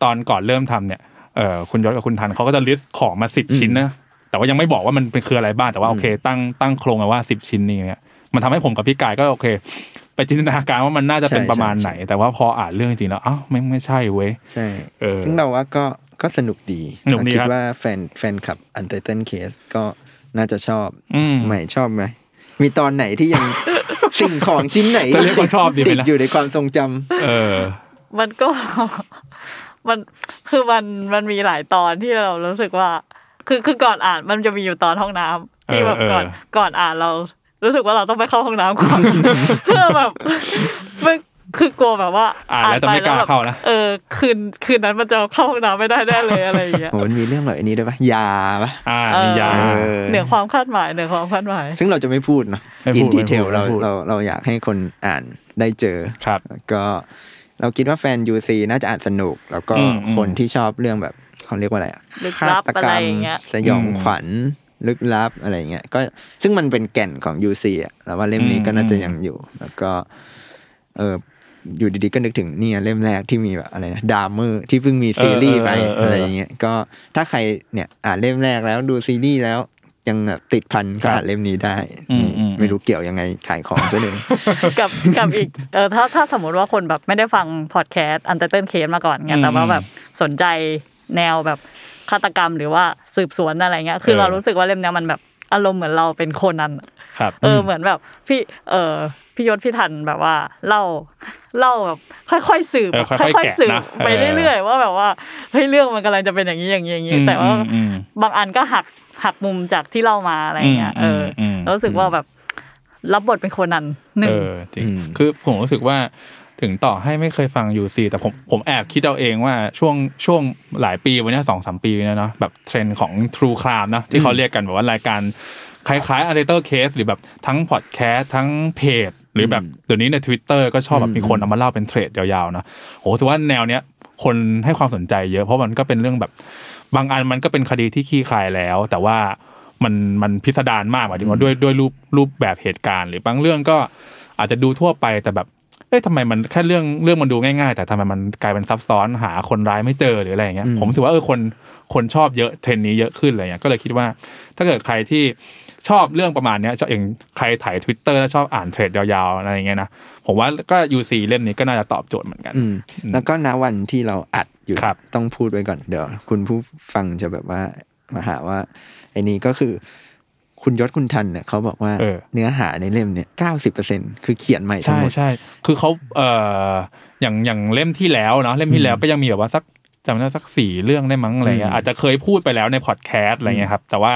ตอนก่อนเริ่มทำเนี่ยเออคุณยศกับคุณทันเขาก็จะลิสต์ของมาสิบชิ้นนะ แต่ว่ายังไม่บอกว่ามันเป็นคืออะไรบ้างแต่ว่าโอเค ตั้งตั้งโครงเอาว่าสิบชิ้นนี้เนี่ยมันทำให้ผมกับพี่กายก็โอเค ไปจินตนาการว่ามันน่าจะเป็น
ใช่
ประมาณ
ใช่
ไหน แต่ว่าพออ่านเรื่องจริงๆแล้วอ้าวไม่ไม่ใช่เว้ย
ใช่
เออ
ซึ่งเราว่าก็ก็สนุกดี
สนุกดี
เราคิ
ครั
ด
บ
ว่าแฟนแฟนคลับอันเตอร์เทนเคสก็น่าจะชอบ
อืม
ใหม่ชอบไหม มีตอนไหนที่
(laughs)
ยัง สิ่งของชิ้นไหน
จะเรียกว่าชอบดีไหม
ติด
ล่ะ
อยู่ในความทรงจำ
เออ
มันก็ (laughs) มันคือมันมันมีหลายตอนที่เรารู้สึกว่า คือคือก่อนอ่านมันจะมีอยู่ตอนห้องน้ำที่แบบ
เออเออ
ก่อนก่อนอ่านเรา รู้สึกว่าเราต้องไปเข้าห้องน้ำก่อน (laughs) เพื่อแบบ (laughs) มันคือกลัวแบบว่า
อ่านแล้วจะไม่กล้า
แบบ
เข้านะ
เออ คืนคืนนั้นมันจะเข้าห้องน้ำไม่ได้แน่เลยอะไรอย่างเงี้ย
โหมันมีเรื่องแบบอันนี้ด้วยปะยาปะ
อ่ามียา
เออ
เหนือความคาดหมายเหนือความคาดหมาย
ซึ่งเราจะไม่พูดเนาะ
ไม่พู
อิน
ด
ดีเทล
ไม่
เรา
พูดไม่พูด
เราเราอยากให้คนอ่านได้เจอ
ครับ
แล้วก็เราคิดว่าแฟน UC น่าจะอ่านสนุก แล้วก็
อืมอืม
คนที่ชอบเรื่องแบบเขาเรียกว่าอะไรอะ
ลึกลับ
ฆาตกรร
อะไรอย่างเงี้ย
สยอง
อืม
ขวัญลึกลับอะไรอย่างเงี้ยก็ซึ่งมันเป็นแก่นของ UC อะแล้วว่าเล่มนี้
อืม
ก็น่าจะ
อืม
ยังอยู่ แล้วก็เอออยู่ดีๆก็นึกถึงเนี่ยเล่มแรกที่มีแบบอะไรนะดามเมอร์ที่เพิ่งมีซีรีส์ไปอะไรอย่างเงี้ยก็ถ้าใครเนี่ยอ่านเล่มแรกแล้วดูซีรีส์แล้วยังแบบติดพันก็อ่านเล่มนี้ได้
อืมอืม
ไม่รู้เกี่ยวยังไงขายของตัวหนึ่ง
กับ (laughs) กับอีกเออถ้าถ้าสมมติว่าคนแบบไม่ได้ฟังพอดแคสต์อันเตอร์เคสมาก่อนเงี้
อื
ย
ม
แต่ว่าแบบสนใจแนวแบบฆาตกรรมหรือว่าสืบสวนอะไรเงี้ยคือ
เออ
เรารู้สึกว่าเล่มเนี้ยมันแบบอารมณ์เหมือนเราเป็นโคนนั้น
ครับ
เออเหมือนแบบพี่เออพี่ยศพี่ทันแบบว่าเล่าเล่าแบบค่อยๆสืบ
เออค่อยๆแกะ
สืบ
นะ
ไป
เออ
เรื่อยๆว่าแบบว่าเฮ้ยเรื่องมันกำลังจะเป็นอย่างนี้อย่างนี้อย่างนี้แต่ว่า
อืมอืม
บางอันก็หักหักมุมจากที่เล่ามาอะไรเงี้ย
อื
เอ
ม
ออ
ม
แล้วรู้สึกว่าแบบรับบทเป็นโคนนั้นหนึ่ง
เออจริง
อืม
คือผมรู้สึกว่าถึงต่อให้ไม่เคยฟัง UC แต่ผมผมแอบคิดเอาเองว่าช่วงช่วงหลายปีวันเนี้สองสามปีเนี่ยเนาะแบบเทรนด์ของ True Crime นะที่เขาเรียกกันแบบว่ารายการคล้ายๆ a d i t o r Case หรือแบบทั้งพอดแคสต์ทั้งเพจ หรือแบบเดี๋ยวนี้ใน Twitter ก็ชอบแบบมีคนเอามาเล่าเป็นเทรดยาวๆนะโหรู้สึกว่าแนวเนี้ยคนให้ความสนใจเยอะเพราะมันก็เป็นเรื่องแบบ บางอันมันก็เป็นคดีที่ขี้คายแล้ว แต่ว่ามันมันพิสดารมากหมายถึงว่าด้วยด้วยรูปรูปแบบเหตุการณ์ หรือบางเรื่องก็อาจจะดูทั่วไปแต่แบบเอ๊ะทำไมมันแค่เรื่องเรื่องมันดูง่ายๆ แต่ทำไมมันกลายเป็นซับซ้อนหาคนร้ายไม่เจอหรืออะไรอย่างเงี้ยผมรู้สึกว่าเออคนคนชอบเยอะเทรนด์นี้เยอะขึ้นอะไรอย่างเงี้ยก็เลยคิดว่า ถ้าเกิดใครที่ชอบเรื่องประมาณเนี้ยชอบอย่างใครถ่าย Twitter แล้วชอบอ่านเทรดยาวๆอะไรอย่างเงี้ยนะผมว่าก็ UC เล่มนี้ก็น่าจะตอบโจทย์เหมือนกัน
อืมแล้วก็ณวันที่เราอัดอยู่
ครับ
ต้องพูดไว้ก่อนเดี๋ยว คุณผู้ฟังจะแบบว่ามาหาว่าไอ้นี้ก็คือ คุณยศคุณทันเนี่ยเขาบอกว่า
เออ
เนื้อหาในเล่มเนี่ยเก้าสิบเปอร์เซ็นคือเขียนใหม่ทั้ง
ใช่
หมด
ใช่ คือเขาเอ่ออย่างอย่างเล่มที่แล้วเนาะเล่มที่แล้วก็ยังมีแบบว่าสักจำได้สักสี่เรื่องได้มั้งอะไรเงี้ยอาจจะเคยพูดไปแล้วในพอดแคสต์อะไรเงี้ยครับ แต่ว่า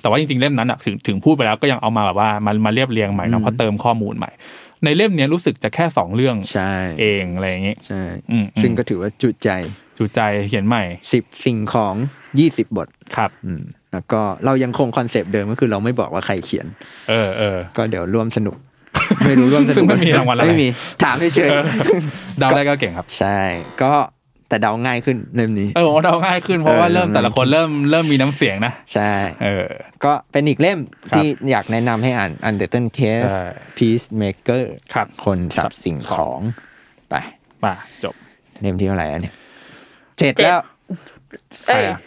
แต่ว่าจริงๆเล่มนั้นอะถึงถึงพูดไปแล้วก็ยังเอามาแบบว่ามันมาเรียบเรียงใหม่เนาะเพราะเติมข้อมูลใหม่ ในเล่มเนี้ยรู้สึกจะแค่สองเรื่อง
ใช่
เองอะไรอย่างงี้
ใช่
อืมอืม
ซึ่งก็ถือว่าจุใจ
จูใจเขียนใหม่
สิบสิ่งของยี่สิบบท
ครับ
อืมแล้วก็เรายังคงคอนเซปต์เดิมก็คือเราไม่บอกว่าใครเขียน
เออเออ
ก็เดี๋ยวร่วมสนุก (laughs) ไม่รู้ร่วมสนุก
ซึ่งไม่มีรางวัลอะไร
ไม่มีถามเฉย
เออเดาได้ก็เก่งครับ
ๆใช่ ก็แต่เดาง่ายขึ้นเล่มนี้
เออผมว่าเดาง่ายขึ้นเพราะว่า
เออ
เริ่มแต่ละคนเริ่มเริ่มมีน้ำเสียงนะ
ใช่
เออ
ก็เป็นอีกเล่ม
ครับ
ที่อยากแนะนำให้อ่าน Underton Case
ใช่
Peacemaker
ครับ
คนสับสิ่งของ ไป
มาจบ
เล่มที่เท่าไหร่แล้วเนี่ยเจ็ด
เจ็ด
แล้ว
ใคร
เอ้ย
อะ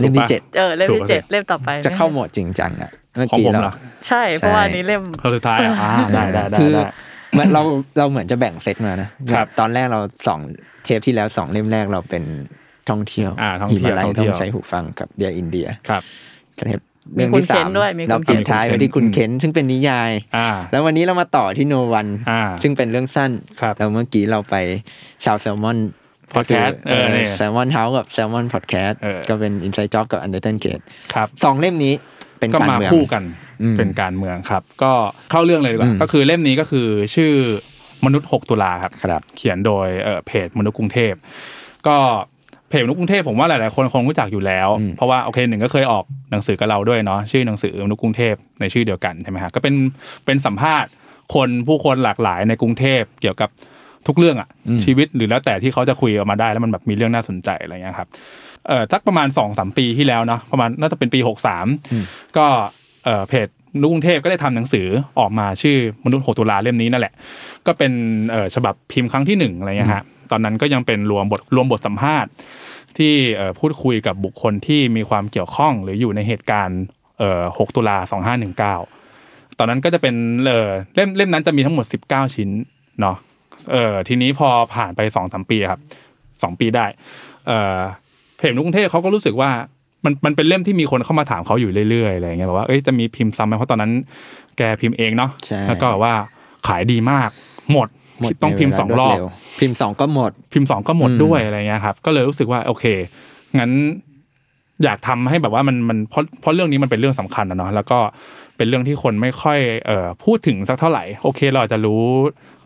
เล่มที่
ถูกปะ
เจ็ด
เออเล่ม
ถู
ที่
ก
เจ็ดเล่มต่อไป
จะเข้าโหมดจริงจังอ่ะเมื่อ
ของ
กี้
ผม
เรา
เหรอ
ใช่ เพราะว่าอันนี้เล่ม
คนสุดท้ายอะอ่าได้ได้ได้
คือ
ได้
เหมือนเราเราเหมือนจะแบ่งเซตมานะครับ ตอนแรกเราสองเทปที่แล้วสองเล่มแรกเราเป็นท่องเที่ยว
อ่าท่องเที่ยว
มาลัย
ท่องเที่
ต้อ
ยว
งใช้หูฟังกับเดียอินเดีย
ครับ
เทปเรื่องที่
มีคุณ
สา
เคน
ม
ด้วยมีคุณ
เราปิดท้าย
เคน
ไปที่คุณเคนซึ่งเป็นนิยาย
อ่า
แล้ววันนี้เรามาต่อที่โนวัน
อ่า
ซึ่งเป็นเรื่องสั้น
ครับ
แล้วเมื่อกี้เราไปชาวแซลมอน
Podcast เออนี่
แซลมอนเฮาส์กับแซลมอนพอดแคสต์
เออ
ก็เป็นอินไซต์จ็อบกับอันเดอร์เทนเกต
ครับ
สองเล่มนี้เป็น
ก็
การ
มา
เมือง
คู่กัน
อืม
เป็นการเมืองครับ ก็เข้าเรื่องเลยดีก
อื
ว่าม ก็คือเล่มนี้ก็คือชื่อมนุษย์ 6 ตุลาครับ
ครับ
เขียนโดยเอ่อเพจมนุษย์กรุงเทพ ก็เพจมนุษย์กรุงเทพผมว่าหลายๆ คนคงรู้จักอยู่แล้ว เพราะว่าโอเคหนึ่งก็เคยออกหนังสือกับเราด้วยเนาะชื่อหนังสือมนุษย์กรุงเทพในชื่อเดียวกันใช่ไหมฮะก็เป็นเป็นสัมภาษณ์คนผู้คนหลากหลายในกรุงเทพเกี่ยวกับทุกเรื่องอะชีวิตหรือแล้วแต่ที่เขาจะคุยออกมาได้แล้วมันแบบมีเรื่องน่าสนใจอะไรเงี้ยครับ เอ่อสักประมาณ2อสปีที่แล้วเนาะประมาณน่าจะเป็นปี 63 ก็เอ่อเพจนุ่กรุงเทพก็ได้ทำหนังสือออกมาชื่อมนุษย์หกตุลาเล่มนี้นั่นแหละ ก็เป็นเอ่อฉบับพิมพ์ครั้งที่หนึ่งอะไรเงี้ยฮะตอนนั้นก็ยังเป็นรวมบทรวมบทสัมภาษณ์ ที่เอ่อพูดคุยกับบุคคลที่มีความเกี่ยวข้องหรืออยู่ในเหตุการณ์เอ่อ6ตุลา2519 ตอนนั้นก็จะเป็นเอ่อเล่มเล่มนั้นจะมีทั้งหมด 19 ชิ้นเนาะเออทีนี้พอผ่านไปสองสามปีครับสองปีได้ เออเพจกรุงเทพเขาก็รู้สึกว่ามันมันเป็นเล่มที่มีคนเข้ามาถามเขาอยู่เรื่อยๆอะไรอย่างเงี้ยแบบว่าเอ้ยจะมีพิมพ์ซ้ำไหมเพราะตอนนั้น แกพิมพ์เองเนาะ
ใช่
แล้วก็แบบว่าขายดีมาก หมด
หมด
ต้อง
ใน
พิมพ์
เวลา
สองรอ
วด
บ
เวพิมพ์สองก็หมด
พิมพ์สองก็หมด
อืม
ด้วยอะไรเงี้ยครับ ก็เลยรู้สึกว่าโอเค งั้นอยากทำให้แบบว่ามันมันเพราะเพราะเรื่องนี้มันเป็นเรื่องสำคัญนะเนาะแล้วก็เป็นเรื่องที่คนไม่ค่อยเอ่อพูดถึงสักเท่าไหร่ โอเค เราอาจจะรู้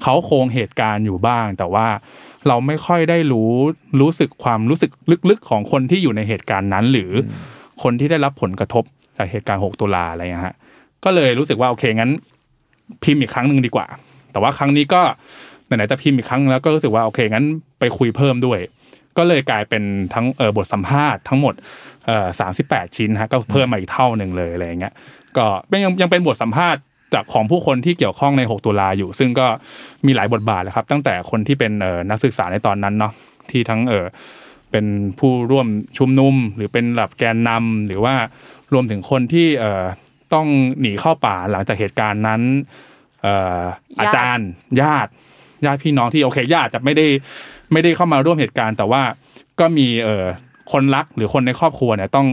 เขาโครงเหตุการณ์อยู่บ้าง แต่ว่าเราไม่ค่อยได้รู้รู้สึกความรู้สึกลึกๆ ของคนที่อยู่ในเหตุการณ์นั้น หรืออคนที่ได้รับผลกระทบจากเหตุการณ์ 6 ตุลาอะไรเงี้ยฮะก็เลยรู้สึกว่าโอเคงั้น พิมพ์อีกครั้งหนึ่งดีกว่า แต่ว่าครั้งนี้ก็ไหนๆจะพิมพ์อีกครั้งแล้วก็รู้สึกว่าโอเคงั้นไปคุยเพิ่มด้วย ก็เลยกลายเป็นทั้งเอ่อบทสัมภาษณ์ทั้งหมดเอ่อสาสิบแปดชิ้นฮะก็เพิ่มมาอีกเท่าหนึ่งเลยอะไรอย่างเงี้ยก็เป็นยังยังเป็นบทสัมภาษณ์จากของผู้คนที่เกี่ยวข้องใน 6 ตุลาอยู่ ซึ่งก็มีหลายบทบาทแหละครับ ตั้งแต่คนที่เป็นเอ่อนักศึกษาในตอนนั้นเนาะที่ทั้งเอ่อ เป็นผู้ร่วมชุมนุม หรือเป็นแบบแกนนำหรือว่ารวมถึงคนที่เอ่อต้องหนีเข้าป่าหลังจากเหตุการณ์นั้นเอ่อ
ญาติ
อาจารย์ญาติญาติพี่น้องที่โอเคญาติจะไม่ได้ไม่ได้เข้ามาร่วมเหตุการณ์ แต่ว่าก็มีเอ่อคนรักหรือคนในครอบครัวเนี่ยต้อง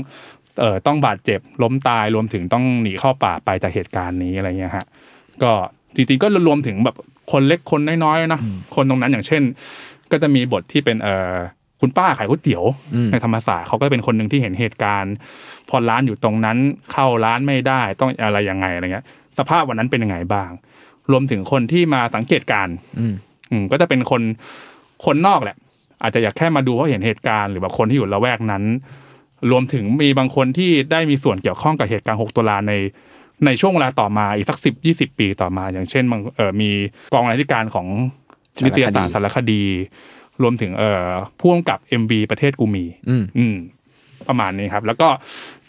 เอ่อต้องบาดเจ็บล้มตายรวมถึงต้องหนีเข้าป่าไปจากเหตุการณ์นี้อะไรเงี้ยฮะ ก็จริงๆก็รวมถึงแบบคนเล็กคนน้อยๆนะคนตรงนั้นอย่างเช่น ก็จะมีบทที่เป็นเอ่อคุณป้าขายก๋วยเตี๋ยวในธรรมศาสตร์เขาก็เป็นคนหนึ่งที่เห็นเหตุการณ์ พอร้านอยู่ตรงนั้นเข้าร้านไม่ได้ต้องอะไรยังไงอะไรเงี้ย สภาพวันนั้นเป็นยังไงบ้าง รวมถึงคนที่มาสังเกตการณ์อืมก็จะเป็นคนคนนอกแหละ อาจจะอยากแค่มาดูเพราะเห็นเหตุการณ์หรือแบบคนที่อยู่ละแวกนั้น รวมถึงมีบางคนที่ได้มีส่วนเกี่ยวข้องกับเหตุการณ์ 6 ตุลาใน ในช่วงเวลาต่อมาอีกสักสิบยี่สิบปีต่อมา อย่างเช่นบางเอ่อมีกองรณาธิการของนิตยสารสารคดี รวมถึงเอ่อพ่วงกับ MV ประเทศกูมี
อืม
อืมประมาณนี้ครับ แล้วก็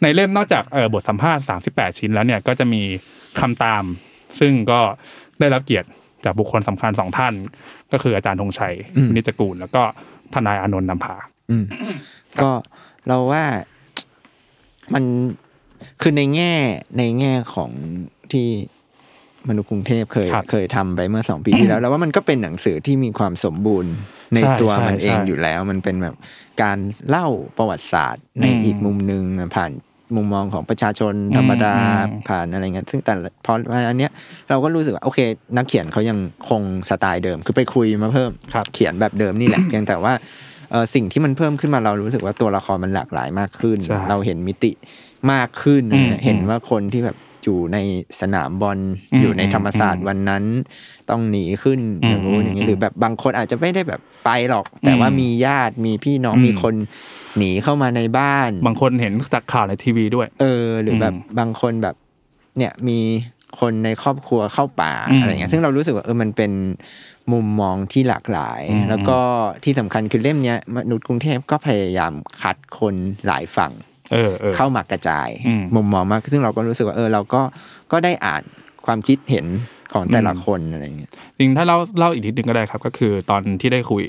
ในเล่มนอกจากเอ่อบทสัมภาษณ์ 38 ชิ้นแล้วเนี่ยก็จะมีคำตาม ซึ่งก็ได้รับเกียรติจากบุคคลสำคัญสองท่าน ก็คืออาจารย์ธงชัย
อืม
นิจกูล แล้วก็ทนายอานนท์นำพา
อืมก็เราว่ามันคือในแง่ในแง่ของที่มนุษย์กรุงเทพเคย
ครับ
เคยทำไปเมื่อสองปีที่
(coughs)
แล้ว แล้วว่ามันก็เป็นหนังสือที่มีความสมบูรณ์ใน
ใช่
ตัว
ใช่
มันเอง
ใช่
อยู่แล้ว มันเป็นแบบการเล่าประวัติศาสตร์ ใน
อืม
อีกมุมหนึ่งอะผ่านมุมมองของประชาชนธรรมดา
อืมอืม
ผ่านอะไรเงี้ยซึ่งแต่ละพออันเนี้ย เราก็รู้สึกว่าโอเค นักเขียนเขายังคงสไตล์เดิม คือไปคุยมาเพิ่ม
ครับ
เขียนแบบเดิม
(coughs)
นี่แหละ เพียงแต่ว่าเอ่อสิ่งที่มันเพิ่มขึ้นมาเรารู้สึกว่าตัวละครมันหลากหลายมากขึ้น
ใช่
เราเห็นมิติมากขึ้น
อืม
เห็นว่าคนที่แบบอยู่ในสนามบอล
อืม
อยู่ในธรรมศาสตร์วันนั้น ต้องหนีขึ้น
อื
อย่า
ม
งนู้นอย่างนี้หรือแบบบางคนอาจจะไม่ได้แบบไปหรอก แต่ว่า
อืม
มีญาติมีพี่น้อง
อืม
มีคนหนีเข้ามาในบ้าน
บางคนเห็นจากข่าวในทีวีด้วย
เออหรือแบบ
อืม
บางคนแบบเนี่ยมีคนในครอบครัวเข้าป่า
อืม
อะไรเงี้ยซึ่งเรารู้สึกว่าเออมันเป็นมุมมองที่หลากหลาย
อืม
แล้วก็ที่สำคัญคือเล่มเนี้ยมนุษย์กรุงเทพก็พยายามคัดคนหลายฝั่ง
เออเออ
เข้ามากระจาย
อืม
มุมมองมากซึ่งเราก็รู้สึกว่าเออเราก็ก็ได้อ่านความคิดเห็นของแต่ละ
อืม
คนอะไรเงี้ย
จริงถ้าเล่าเล่าอีกนิดนึงก็ได้ครับ ก็คือตอนที่ได้คุย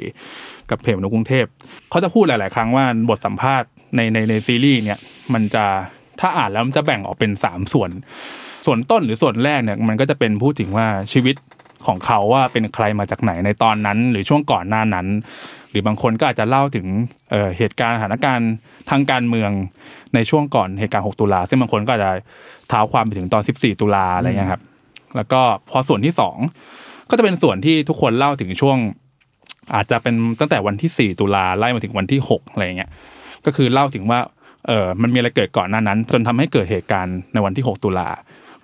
กับเพจนุกรุงเทพเขาจะพูดหลาย ๆ ครั้งว่าบทสัมภาษณ์ในในในซีรีส์เนี่ย มันจะถ้าอ่านแล้วมันจะแบ่งออกเป็นสามส่วน ส่วนต้นหรือส่วนแรกเนี่ยมันก็จะเป็นพูดถึงว่าชีวิตของเขาว่าเป็นใครมาจากไหนในตอนนั้น หรือช่วงก่อนหน้านั้น หรือบางคนก็อาจจะเล่าถึงเอ่อเหตุการณ์สถานการณ์ทางการเมืองในช่วงก่อนเหตุการณ์ 6 ตุลาซึ่งบางคนก็อาจจะเท้าความไปถึงตอน 14 ตุลาอะไรเงี้ยครับ แล้วก็พอส่วนที่สองก็จะเป็นส่วนที่ทุกคนเล่าถึงช่วง อาจจะเป็นตั้งแต่วันที่ 4 ตุลาไล่มาถึงวันที่6อะไรเงี้ยก็คือเล่าถึงว่าเออมันมีอะไรเกิดก่อนหน้านั้น จนทำให้เกิดเหตุการณ์ในวันที่ 6 ตุลา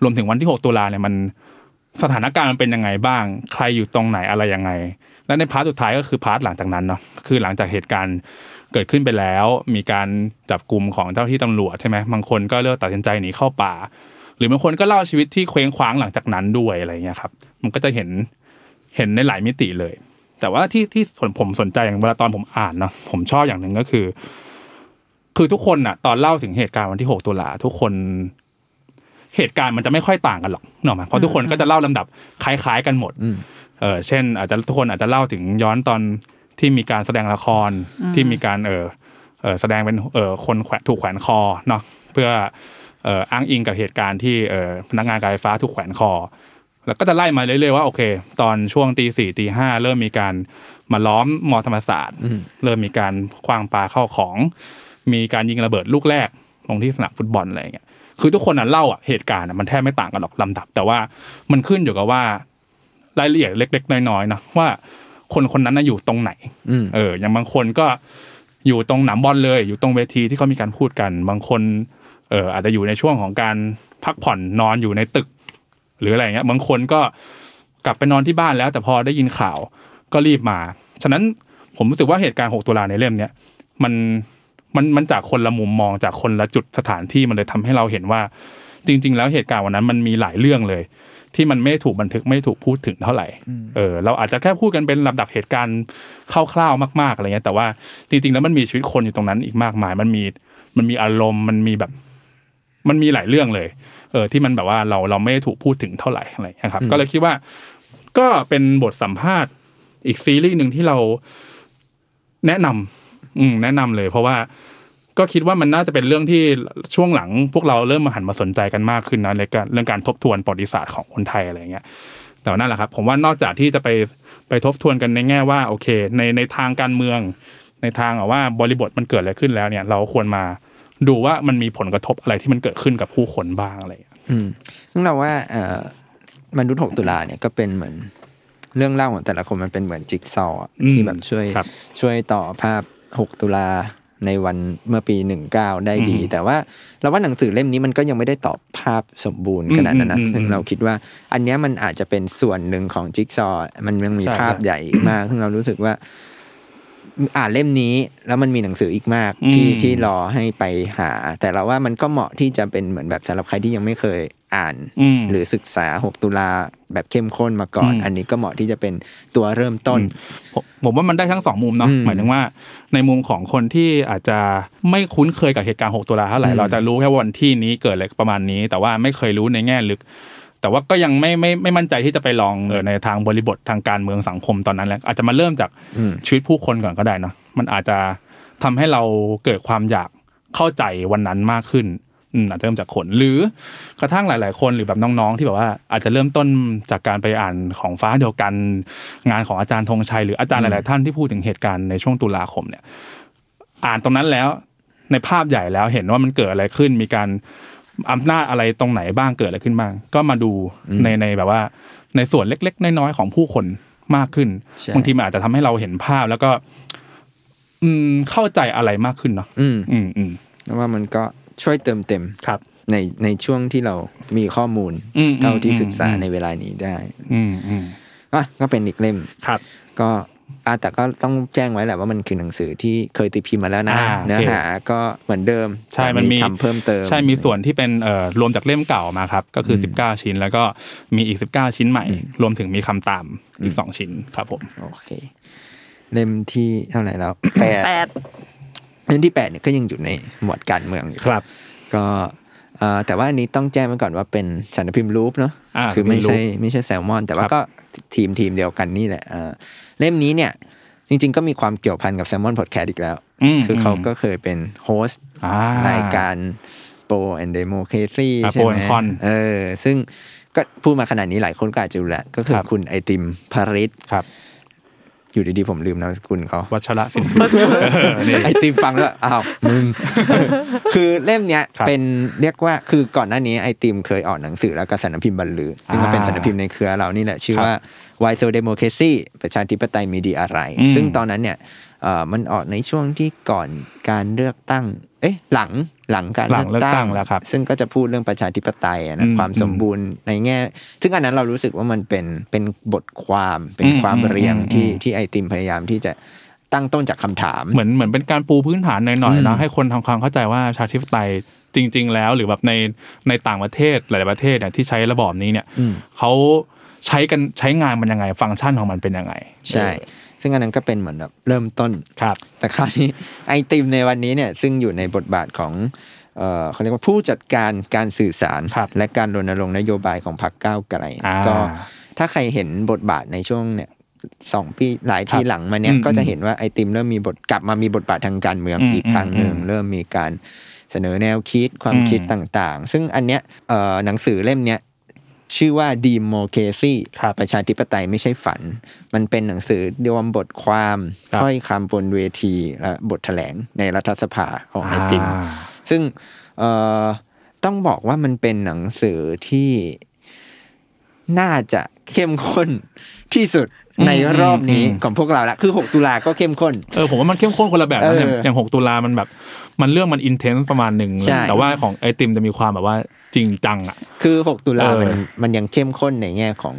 รวมถึงวันที่ 6 ตุลาเนี่ยมันสถานการณ์มันเป็นยังไงบ้าง ใครอยู่ตรงไหนอะไรยังไง และในพาร์ทสุดท้ายก็คือพาร์ทหลังจากนั้นเนาะคือหลังจากเหตุการณ์เกิดขึ้นไปแล้ว มีการจับกลุ่มของเจ้าที่ตำรวจใช่ไหมบางคนก็เลือกตัดสินใจหนีเข้าป่า หรือบางคนก็เล่าชีวิตที่เคว้งคว้างหลังจากนั้นด้วยอะไรเงี้ยครับ มันก็จะเห็นเห็นในหลายมิติเลย แต่ว่าที่ที่ส่วนผมสนใจอย่างเวลาตอนผมอ่านเนาะผมชอบอย่างหนึ่งก็คือ คือทุกคนอะตอนเล่าถึงเหตุการณ์วันที่ 6 ตุลาทุกคน เหตุการณ์มันจะไม่ค่อยต่างกันหรอกเนกอะเพราะทุกคนก็จะเล่าลำดับคล้าย ๆ กันหมด
อืม
เออเช่น อาจจะทุกคนอาจจะเล่าถึงย้อนตอนที่มีการแสดงละครที่มีการเออ เอ่อแสดงเป็นเอ่อคนแขวนถูกแขวนคอเนาะเพื่อเอ่ออ้างอิงกับเหตุการณ์ที่เอ่อพนักงานการไฟฟ้าถูกแขวนคอ แล้วก็จะไล่มาเรื่อยๆว่าโอเค ตอนช่วงตีสี่ตีห้าเริ่มมีการมาล้อมมอธรรมศาสตร์ เริ่มมีการคว้างปลาเข้าของ มีการยิงระเบิดลูกแรกลงที่สนามฟุตบอลอะไรอย่างเงี้ยคือทุกคนน่ะเล่าอ่ะเหตุการณ์อ่ะมันแทบไม่ต่างกันหรอกลำดับ แต่ว่ามันขึ้นอยู่กับว่ารายละเอียดเล็ก ๆ น้อยๆนะว่าคนคนนั้นน่ะอยู่ตรงไหน
อืม
เอออย่างบางคนก็อยู่ตรงหนามบอลเลย อยู่ตรงเวทีที่เขามีการพูดกัน บางคนเอออาจจะอยู่ในช่วงของการพักผ่อนนอนอยู่ในตึก หรืออะไรอย่างเงี้ย บางคนก็กลับไปนอนที่บ้านแล้ว แต่พอได้ยินข่าวก็รีบมา ฉะนั้นผมรู้สึกว่าเหตุการณ์ 6 ตุลาในเล่มเนี้ยมันมันมันจากคนละมุมมองจากคนละจุดสถานที่มันเลยทำให้เราเห็นว่า จริง ๆ แล้วเหตุการณ์วันนั้นมันมีหลายเรื่องเลย ที่มันไม่ถูกบันทึกไม่ถูกพูดถึงเท่าไหร่ เออเราอาจจะแค่พูดกันเป็นลำดับเหตุการณ์คร่าวๆมากๆอะไรเงี้ยแต่ว่าจริงๆแล้วมันมีชีวิตคนอยู่ตรงนั้นอีกมากมาย มันมีมันมีอารมณ์มันมีแบบ มันมีหลายเรื่องเลย เออที่มันแบบว่าเราเราไม่ได้ถูกพูดถึงเท่าไหร่อะไรเงี้ยครับก็เลยคิดว่า ก็เป็นบทสัมภาษณ์อีกซีรีส์หนึ่งที่เราแนะนำอืมแนะนำเลย เพราะว่าก็คิดว่ามันน่าจะเป็นเรื่องที่ช่วงหลัง พวกเราเริ่มมาหันมาสนใจกันมากขึ้นนะในการเรื่องการทบทวนประวัติศาสตร์ของคนไทยอะไรเงี้ย แต่ว่านั่นแหละครับผมว่านอกจากที่จะไปไปทบทวนกันในแง่ว่าโอเค ในในทางการเมือง ในทางแบบว่าบริบทมันเกิดอะไรขึ้นแล้วเนี่ย เราควรมาดูว่ามันมีผลกระทบอะไรที่มันเกิดขึ้นกับผู้คนบ้างอะไรอย่างเงี้ย
อืมซึ่งเราว่าเอ่อมนุษย์หกตุลาเนี่ยก็เป็นเหมือนเรื่องเล่าของแต่ละคนมันเป็นเหมือนจิ๊กซอว์อะ
อืม
ที่แบบช่วย
ครับ
ช่วยต่อภาพหกตุลาในวันเมื่อปีหนึ่งเก้าได้ดี
อืม
แต่ว่าเราว่าหนังสือเล่มนี้มันก็ยังไม่ได้ตอบภาพสมบูรณ์ขนาดนั้นนะ
อืมอืม
ซึ่งเราคิดว่า อันเนี้ยมันอาจจะเป็นส่วนหนึ่งของจิ๊กซอว์มันยังมี
ใช่
ภาพ
ใช่
ใหญ่อีกมาก ซึ่งเรารู้สึกว่า อ่านเล่มนี้แล้วมันมีหนังสืออีกมาก
อืม
ที่ที่รอให้ไปหา แต่เราว่ามันก็เหมาะที่จะเป็นเหมือนแบบสำหรับใครที่ยังไม่เคยอ่าน
อืม
หรือศึกษา 6 ตุลาแบบเข้มข้นมาก่อน
อืม
อันนี้ก็เหมาะที่จะเป็นตัวเริ่มต้น
ผมผมว่ามันได้ทั้งสองมุมเนาะ
อืม
หมายถึงว่า ในมุมของคนที่อาจจะไม่คุ้นเคยกับเหตุการณ์ 6 ตุลาเท่าไหร่
อืม
เราจะรู้แค่ว่าวันที่นี้เกิดอะไรประมาณนี้ แต่ว่าไม่เคยรู้ในแง่ลึก แต่ว่าก็ยังไม่ไม่ไม่มั่นใจที่จะไปลองเออในทางบริบททางการเมืองสังคมตอนนั้นแหละอาจจะมาเริ่มจาก
อืม
ชีวิตผู้คนก่อนก็ได้เนาะมันอาจจะทำให้เราเกิดความอยากเข้าใจวันนั้นมากขึ้นอืมอาจจะเริ่มจากคนหรือกระทั่งหลาย ๆ คนหรือแบบน้องๆ ที่แบบว่าอาจจะเริ่มต้นจากการไปอ่านของฟ้าเดียวกัน งานของอาจารย์ธงชัยหรืออาจารย์หลาย ๆ ท่านที่พูดถึงเหตุการณ์ในช่วงตุลาคมเนี่ย อ่านตรงนั้นแล้วในภาพใหญ่แล้วเห็นว่ามันเกิดอะไรขึ้น มีการอำนาจอะไรตรงไหนบ้างเกิดอะไรขึ้นบ้าง ก็มาดูในในแบบว่า ในส่วนเล็ก ๆ น้อย ๆ ของผู้คนมากขึ้น
ใช่
บางทีมันอาจจะทำให้เราเห็นภาพแล้วก็ อืมเข้าใจอะไรมากขึ้นเนาะ
อืม
อืมอืม
แล้วว่ามันก็ช่วยเติมเต็ม
ครับ
ในในช่วงที่เรามีข้อมูล
อืม
เท่าที่
อืม
ศึกษา
อืม
ในเวลานี้ได้
อืมอืม
อ่ะก็เป็นอีกเล่ม
ครับ
ก็อาแต่ก็ต้องแจ้งไว้แหละว่ามันคือหนังสือที่เคยตีพิมพ์มาแล้วนะ
อ่า
เนื้อ
โอเค
หาก็เหมือนเดิม
ใช่
แต่
มันมี
ทำเพิ่มเติม
ใช่ มีส่วนที่เป็นเอ่อรวมจากเล่มเก่ามาครับ ก็คือ 19 ชิ้น แล้วก็มีอีก 19 ชิ้นใหม่ รวมถึงมีคำตามอีก 2 ชิ้นครับผม
โอเค เล่มที่เท่าไหร่
(coughs)
แล้ว แปด
แปด
เล่มที่แปดเนี่ยก็ยังอยู่ในหมวดการเมืองอยู่
ครับ
ก็เอ่อแต่ว่าอันนี้ต้องแจ้งไว้ก่อนว่าเป็นสารพิมพ์รูปเนาะ
อ่า
คือ
พิ
ไม่
มพ์รูป
ใช่ไม่ใช่แซลมอน แต่ว่าก็ทีมทีมเดียวกันนี่แหละเอ่อเล่มนี้เนี่ยจริง ๆ ก็มีความเกี่ยวพันกับแซลมอนพอดแคสต์อีกแล้ว
อืม
คือเขาก็เคยเป็นโฮสต์
อ่าร
รายการโปรแอนเดโมเคทรี
อ่า
ใช่ไหม
Pro and Con
เออซึ่งก็พูดมาขนาดนี้หลายคนก็อาจจะรู้แหละก็คือ
ครับ
คุณไอติมพาริส
ครับ
อยู่ดีๆผมลืมนามสกุลเขา
วัชระ
(laughs)
สินเออนี่
ไอติมฟังแล้วอ้าวมึง (laughs) คือเล่มเนี้ย
ครับ
เป็นเรียกว่าคือก่อนหน้านี้ไอติมเคยออกหนังสือแล้วก็สำนักพิมพ์บรรลือซึ่งก็เป็น
อ่า
สำนักพิมพ์ในเครือเรานี่แหละ ชื่อ
ครับ
ว่า Why So Democracy ประชาธิปไตยมีดีอะไร
อืม
ซึ่งตอนนั้นเนี่ยเอ่อมันออกในช่วงที่ก่อนการเลือกตั้ง เอ๊ะหลังหลังการ
หลั
เลื
ง
อก
เลือกตั้
ตั้
ง
ง
แล้วครับ
ซึ่งก็จะพูดเรื่องประชาธิปไตยอะนะ
อืม
ความสมบูรณ์ในแง่ ซึ่งอันนั้นเรารู้สึกว่ามันเป็นเป็นบทความเป็น
อืม
ความเรียง
อืม
ที่
อืม
ที่ไอติมพยายามที่จะตั้งต้นจากคำถาม
เหมือนเหมือนเป็นการปูพื้นฐานหน่อย
อื
ๆ
ม
เนาะให้คนทำความเข้าใจว่าประชาธิปไตยจริง ๆ แล้ว หรือแบบในในต่างประเทศหลายๆประเทศเนี่ยที่ใช้ระบอบนี้เนี่ย
อืม
เขาใช้กันใช้งานมันยังไงฟังก์ชันของมันเป็นยังไง
ใช่ ซึ่งอันนั้นก็เป็นเหมือนแบบเริ่มต้น
ครับ
แต่คราวนี้ (laughs) ไอติมในวันนี้เนี่ยซึ่งอยู่ในบทบาทของเอ่อเขาเรียกว่าผู้จัดการการสื่อสาร
ครับ
และการรณรงค์นโยบายของพรรคก้าวไกล
อ่า
ก็ถ้าใครเห็นบทบาทในช่วงเนี่ย สองปีหลายทีหลังมาเนี้ย
อืม
ก็จะเห็นว่าไอติมเริ่มมีบทกลับมามีบทบาททางการเมือง
อืม
อีกครั้งหนึ่ง
อืม
เริ่มมีการเสนอแนวคิดความ
อืม
คิดต่างๆ ซึ่งอันเนี้ยเอ่อหนังสือเล่มเนี้ยชื่อว่า Democracy
ครับ
ประชาธิปไตยไม่ใช่ฝัน มันเป็นหนังสือรวมบทความ
ครับ
ถ้อยคำบนเวทีและบทแถลงในรัฐสภาของไอติม
อ่า
ซึ่งเอ่อต้องบอกว่ามันเป็นหนังสือที่น่าจะเข้มข้นที่สุดใน
อืม
รอบนี้
อืม
ของพวกเราละคือ 6 ตุลาก็เข้มข้น
เออผมว่ามันเข้มข้นคนละแบบนะอย่าง
เอออย่าง
หกตุลามันแบบ มันเรื่องมันอินเทนส์ประมาณหนึ่ง
ใช่
แต่ว่าของไอติมจะมีความแบบว่าจริงจังอ่ะ
คือ 6 ตุลา
เออ
มันมันยังเข้มข้นในแง่ของ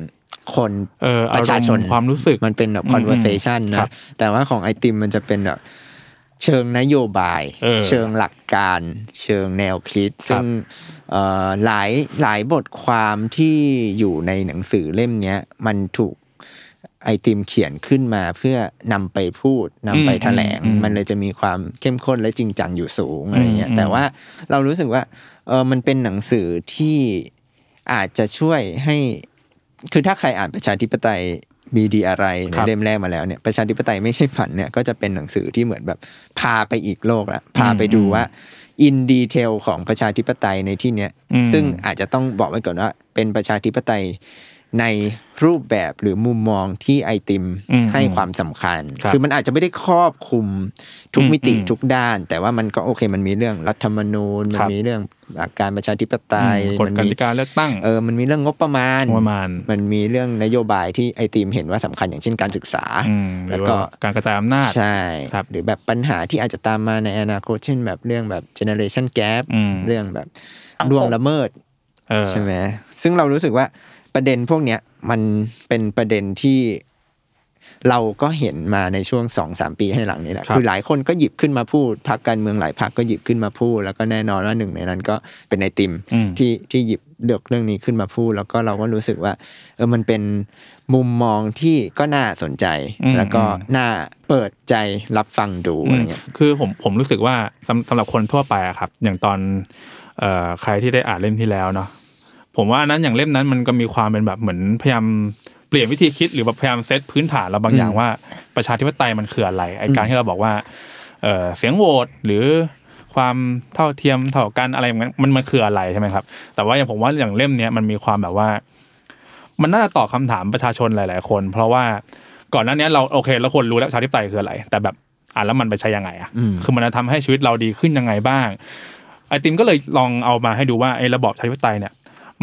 คน
เออ
ป
อาร
ระ
ม
ชาชน
ณ์ความรู้สึก
มันเป็นแบบ
อืม
conversation
ค
นะ
รับ
แต่ว่าของไอติมมันจะเป็นแบบเชิงนโยบาย
เออ
เชิงหลักการ เชิงแนวคิด ซึ่งเอ่อหลายหลายบทความที่อยู่ในหนังสือเล่มเนี้ยมันถูกไอติมเขียนขึ้นมาเพื่อนำไปพูดนำไป
อืม
แถลง
อืม
มันเลยจะมีความเข้มข้นและจริงจังอยู่สูงอะไรเงี้ย
อืม
แต่ว่าเรารู้สึกว่าเออมันเป็นหนังสือที่อาจจะช่วยให้ คือถ้าใครอ่านประชาธิปไตยมีดีอะไรใน
ครับ
เล่มแรกมาแล้วเนี่ยประชาธิปไตยไม่ใช่ฝันเนี่ยก็จะเป็นหนังสือที่เหมือนแบบพาไปอีกโลกละพาไปดูว่าอินดีเทลของประชาธิปไตยในที่เนี้ย
อืม
ซึ่งอาจจะต้องบอกไว้ก่อนว่า เป็นประชาธิปไตยในรูปแบบหรือมุมมองที่ไอติม
อืม
ให้ความสำคัญ
ครับ
อมันอาจจะไม่ได้ครอบคลุมทุก
อืม
มิติ
อืม
ทุกด้าน แต่ว่ามันก็โอเค มันมีเรื่องรัฐธรรมนูญมั
คน รับ
มีเรื่องหลักการประชาธิปไตย
อืมกฎ
มัน
ก
มี
ติกาเลือกตั้ง
เออ มันมีเรื่องงบประมาณ
งบประมาณ
มันมีเรื่องนโยบายที่ไอทีมเห็นว่าสำคัญอย่างเช่นการศึกษา
มห
แล้
รื
ว
อ
ก็
ว่าการกระจายอำนาจ
ใช่
ครับ
หรือแบบปัญหาที่อาจจะตามมาในอนาคต เช่นแบบเรื่องแบบเจเน r a t i o n gap
อืม
เรื่องแบบ
สังคม
ล่วงละเมิด
เออ
ใช่ไหม ซึ่งเรารู้สึกว่าประเด็นพวกเนี้ยมันเป็นประเด็นที่เราก็เห็นมาในช่วงสองสามปีให้หลังนี่แหละ
ครับ
คือหลายคนก็หยิบขึ้นมาพูด พักการเมืองหลายพักก็หยิบขึ้นมาพูด แล้วก็แน่นอนว่าหนึ่งในนั้นก็เป็นไอติม
อืม
ที่ที่หยิบเลือกเรื่องนี้ขึ้นมาพูด แล้วก็เราก็รู้สึกว่าเออมันเป็นมุมมองที่ก็น่าสนใจ
อืม
แล้วก็
อืม
น่าเปิดใจรับฟังดูอะไรเงี้ย
คือผมผมรู้สึกว่าสำสำหรับคนทั่วไปอะครับ อย่างตอนเอ่อใครที่ได้อ่านเล่มที่แล้วเนาะผมว่าอันนั้นอย่างเล่มนั้นมันก็มีความเป็นแบบเหมือนพยายามเปลี่ยนวิธีคิดหรือแบบพยายามเซตพื้นฐานเราบางอย่างว่าประชาธิปไตยมันคืออะไรไอการที่เราบอกว่าเอ่อเสียงโหวตหรือความเท่าเทียมเท่ากันอะไรมันมันมันคืออะไรใช่ไหมครับ แต่ว่าอย่างผมว่าอย่างเล่มเนี้ยมันมีความแบบว่า มันน่าจะตอบคำถามประชาชนหลาย ๆ คน เพราะว่าก่อนหน้านี้เราโอเคเราควรรู้แล้วประชาธิปไตยคืออะไร แต่แบบอ่านแล้วมันไปใช้ยังไงอะ
อืม
คือมันจะทำให้ชีวิตเราดีขึ้นยังไงบ้าง ไอติมก็เลยลองเอามาให้ดูว่าไอ้ระบอบประชาธิปไตยเนี่ย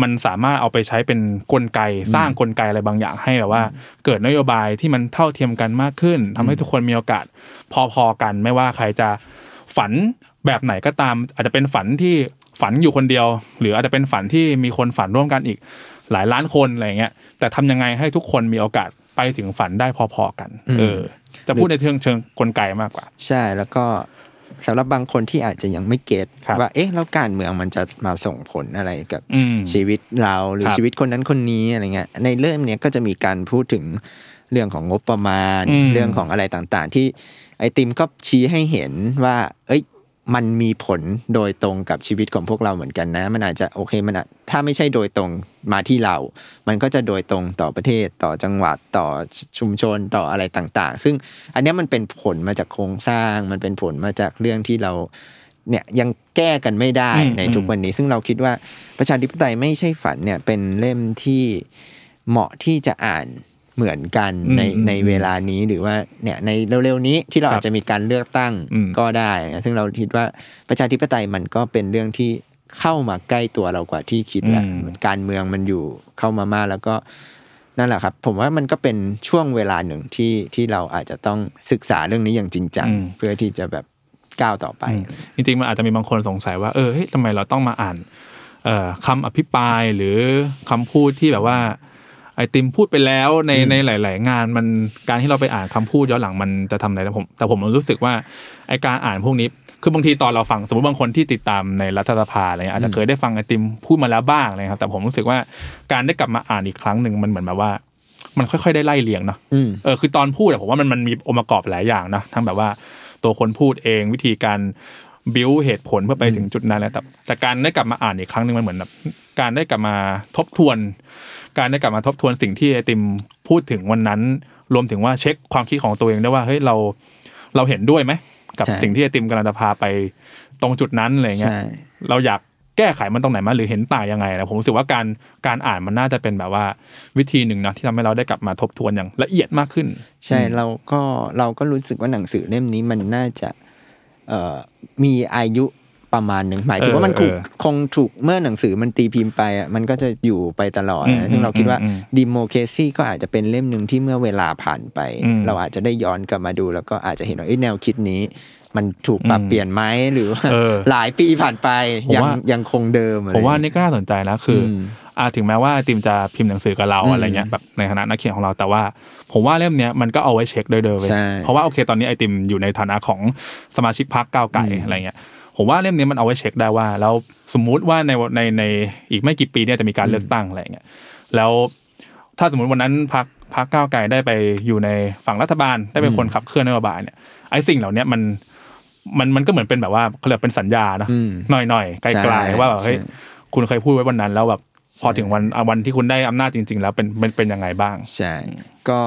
มันสามารถเอาไปใช้เป็นกลไกสร้างกลไกอะไรบางอย่างให้แบบว่า เกิดนโยบายที่มันเท่าเทียมกันมากขึ้นทำให้ทุกคนมีโอกาสพอๆกัน ไม่ว่าใครจะฝันแบบไหนก็ตาม อาจจะเป็นฝันที่ฝันอยู่คนเดียว หรืออาจจะเป็นฝันที่มีคนฝันร่วมกันอีก หลายล้านคนอะไรอย่างเงี้ยแต่ทำยังไงให้ทุกคนมีโอกาสไปถึงฝันได้พอๆกัน
อืม
เออ จะพูดในเชิงเชิงกลไกมากกว่า
ใช่แล้วก็สำหรับบางคนที่อาจจะยังไม่เก็ต
ครับ
ว่าเอ๊ะแล้วการเมืองมันจะมาส่งผลอะไรกับ
อืม
ชีวิตเราหรือ
ครับ
ชีวิตคนนั้นคนนี้อะไรเงี้ยในเรื่องเนี้ยก็จะมีการพูดถึงเรื่องของงบประมาณ
อืม
เรื่องของอะไรต่างๆ ที่ไอติมก็ชี้ให้เห็นว่า เอ้ยมันมีผลโดยตรงกับชีวิตของพวกเราเหมือนกันนะ มันอาจจะโอเคมันอาจถ้าไม่ใช่โดยตรงมาที่เรา มันก็จะโดยตรงต่อประเทศต่อจังหวัดต่อชุมชนต่ออะไรต่างๆ ซึ่ง อันเนี้ยมันเป็นผลมาจากโครงสร้าง มันเป็นผลมาจากเรื่องที่เราเนี่ยยังแก้กันไม่ได้
อืม
ในทุกวันนี้ ซึ่งเราคิดว่าประชาธิปไตยไม่ใช่ฝันเนี่ยเป็นเล่มที่เหมาะที่จะอ่านเหมือนกัน
อืม
ใน
อืม
ในเวลานี้หรือว่าเนี่ยในเร็วๆนี้ที่เรา
ครับ
อาจจะมีการเลือกตั้ง
อืม
ก็ได้นะซึ่งเราคิดว่าประชาธิปไตยมันก็เป็นเรื่องที่เข้ามาใกล้ตัวเรากว่าที่คิดแหละ
อืม
การเมืองมันอยู่เข้ามามากแล้วก็ นั่นแหละครับ ผมว่ามันก็เป็นช่วงเวลาหนึ่งที่ที่เราอาจจะต้องศึกษาเรื่องนี้อย่างจริงจัง
อืม
เพื่อที่จะแบบก้าวต่อไป
จริงๆมันอาจจะมีบางคนสงสัยว่าเออเฮ้ยทำไมเราต้องมาอ่านเอ่อคำอภิปรายหรือคำพูดที่แบบว่า ไอติมพูดไปแล้วในในหลาย ๆ งานมันการที่เราไปอ่านคำพูดย้อนหลังมันจะทำอะไรนะผม แต่ผมรู้สึกว่าไอการอ่านพวกนี้ คือบางทีตอนเราฟังสมมติบางคนที่ติดตามในรัฐสภาอะไรเงี้ยอาจจะเคยได้ฟังไอติมพูดมาแล้วบ้างอะไรครับแต่ผมรู้สึกว่าการได้กลับมาอ่านอีกครั้งหนึ่งมันเหมือนแบบว่า มันค่อย ๆ ได้ไล่เลียงเนาะ
อืม
เออคือตอนพูดอะผมว่ามันมันมีองค์ประกอบหลายอย่างนะทั้งแบบว่าตัวคนพูดเองวิธีการบิวเหตุผลเพื่อไปถึงจุดนั้นแหล้วแต่แต่การได้กลับมาอ่านอีกครั้งหนึ่งมันเหมือนแบบการได้กลับมาทบทวน การได้กลับมาทบทวนสิ่งที่ไอติมพูดถึงวันนั้น รวมถึงว่าเช็คความคิดของตัวเองด้วยว่าเฮ้ยเราเราเห็นด้วยไหมกับ
ใช่
สิ่งที่ไอติมกำลังจะพาไปตรงจุดนั้นอะไรเงี้ย
ใช่
เราอยากแก้ไขมันตรงไหนมาหรือเห็นต่างยังไงนะผมรู้สึกว่าการการอ่านมันน่าจะเป็นแบบว่าวิธีหนึ่งเนาะที่ทำให้เราได้กลับมาทบทวนอย่างละเอียดมากขึ้น
ใช่เราก็เราก็รู้สึกว่าหนังสือเล่มนี้มันน่าจะเอ่อมีอายุประมาณหนึ่งหมายถึง
เออ
ว่ามันถูก
เออ
คงถูกเมื่อหนังสือมันตีพิมพ์ไปอ่ะมันก็จะอยู่ไปตลอด
อืม
นะซึ่งเราคิดว่า
อืมอืม
ดิโมเคซีก็อาจจะเป็นเล่มหนึ่งที่เมื่อเวลาผ่านไป
อืม
เราอาจจะได้ย้อนกลับมาดู แล้วก็อาจจะเห็นว่าเอ้ยแนวคิดนี้ มันถูกปรับ
อืม
เปลี่ยนไหมหรือว่า
เออ
หลายปีผ่านไป
ผม
ยัง
ว่า
ยังคงเดิมอะไร
ผมว่านี่ก็น่าสนใจนะคืออ
ม
อาถึงแม้ว่าไอติมจะพิมพ์หนังสือกับเรา
อืม
อะไรเงี้ยแบบในฐานะนักเขียนของเราแต่ว่า ผมว่าเล่มเนี้ยมันก็เอาไว้เช็คด้วยเดิมเว้ย
ใช่
เพราะว่าโอเคตอนนี้ไอติมอยู่ในฐานะของสมาชิกพรรคก้าวไก่อะไรเงี้ยผมว่าเล่มนี้มันเอาไว้เช็คได้ว่า แล้วสมมุติว่าในในในอีกไม่กี่ปีเนี่ยจะมีการเลือกตั้งอะไรเงี้ยแล้วถ้าสมมติวันนั้นพรรคพรรคก้าวไก่ได้ไปอยู่ในฝั่งรัฐบาลได้เป็นคนขับเคลื่อนนโยบายเนี่ยไอ้สิ่งเหล่าเนี้ยมันมันมันก็เหมือนเป็นแบบว่าเขาเรียกเป็นสัญญานะ
อืม
หน่อยๆ ไกลๆว่าแบบเฮ้ย
ใช่
คุณเคยพูดไว้วันนั้นแล้วแบบพอถึงวันอ่ะวันที่คุณได้อำนาจจริง ๆ แล้วเป็นเป็นเป็นยังไงบ้าง
ใช่ ก็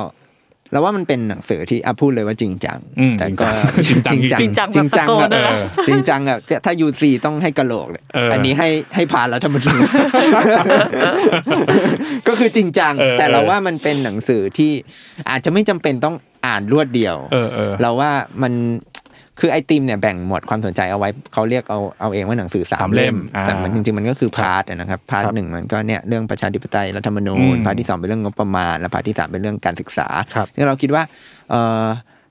เราว่ามันเป็นหนังสือที่อ่ะพูดเลยว่าจริงจัง
อืม
แต่ก็
จริงจัง
จริงจัง
จริงจัง
แบบ
แบบ
ตะโกนเลยนะ
จริงจังแบบถ้ายูซีต้องให้กะโหลกเลย
เอออั
อันนี้ให้ให้ผ่านแล้วทำมัน
(laughs)
ถึง ก็คือจริงจัง
เออ
แต่เรา
เออ
ว่ามันเป็นหนังสือที่อาจจะไม่จำเป็นต้องอ่านรวดเดียว
เออเออ
เราว่ามันคือไอติมเนี่ยแบ่งหมวดความสนใจเอาไว้เขาเรียกเอาเอาเองว่าหนังสือสา
สาม ม
เล่ม
เล่มอ่า
แต่มันจริงๆมันก็คือพาร์ทนะครับพาร์ท
ครับ
หนึ่งมันก็เนี่ยเรื่องประชาธิปไตยรัฐธรรมนูญ
อืม
พาร์ทที่สองเป็นเรื่องงบประมาณและพาร์ทที่สามเป็นเรื่องการศึกษา
ครับ
ซึ่งเราคิดว่าเอ่อ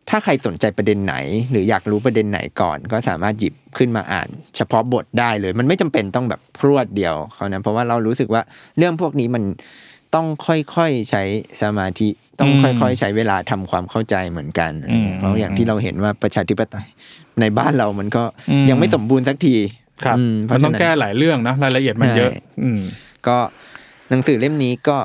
ถ้าใครสนใจประเด็นไหน หรืออยากรู้ประเด็นไหนก่อน ก็สามารถหยิบขึ้นมาอ่าน เฉพาะบทได้เลย มันไม่จำเป็นต้องแบบพรวดเดียวเขานะเพราะว่าเรารู้สึกว่าเรื่องพวกนี้มันต้องค่อยๆใช้สมาธิต้อง
อืม
ค่อยๆ ใช้เวลาทำความเข้าใจเหมือนกัน
อืม
เพราะอย่างที่เราเห็นว่าประชาธิปไตยในบ้านเรามันก็
อืม
ยังไม่สมบูรณ์สักที
ครับ
อืมเพ
มั
ราะ
นต้
ฉะ
อง
นั้
แก้
น
หลายเรื่องนะรายละเอียดมันเยอะ
ใช่
อืม
ก็หนังสือเล่มนี้ก็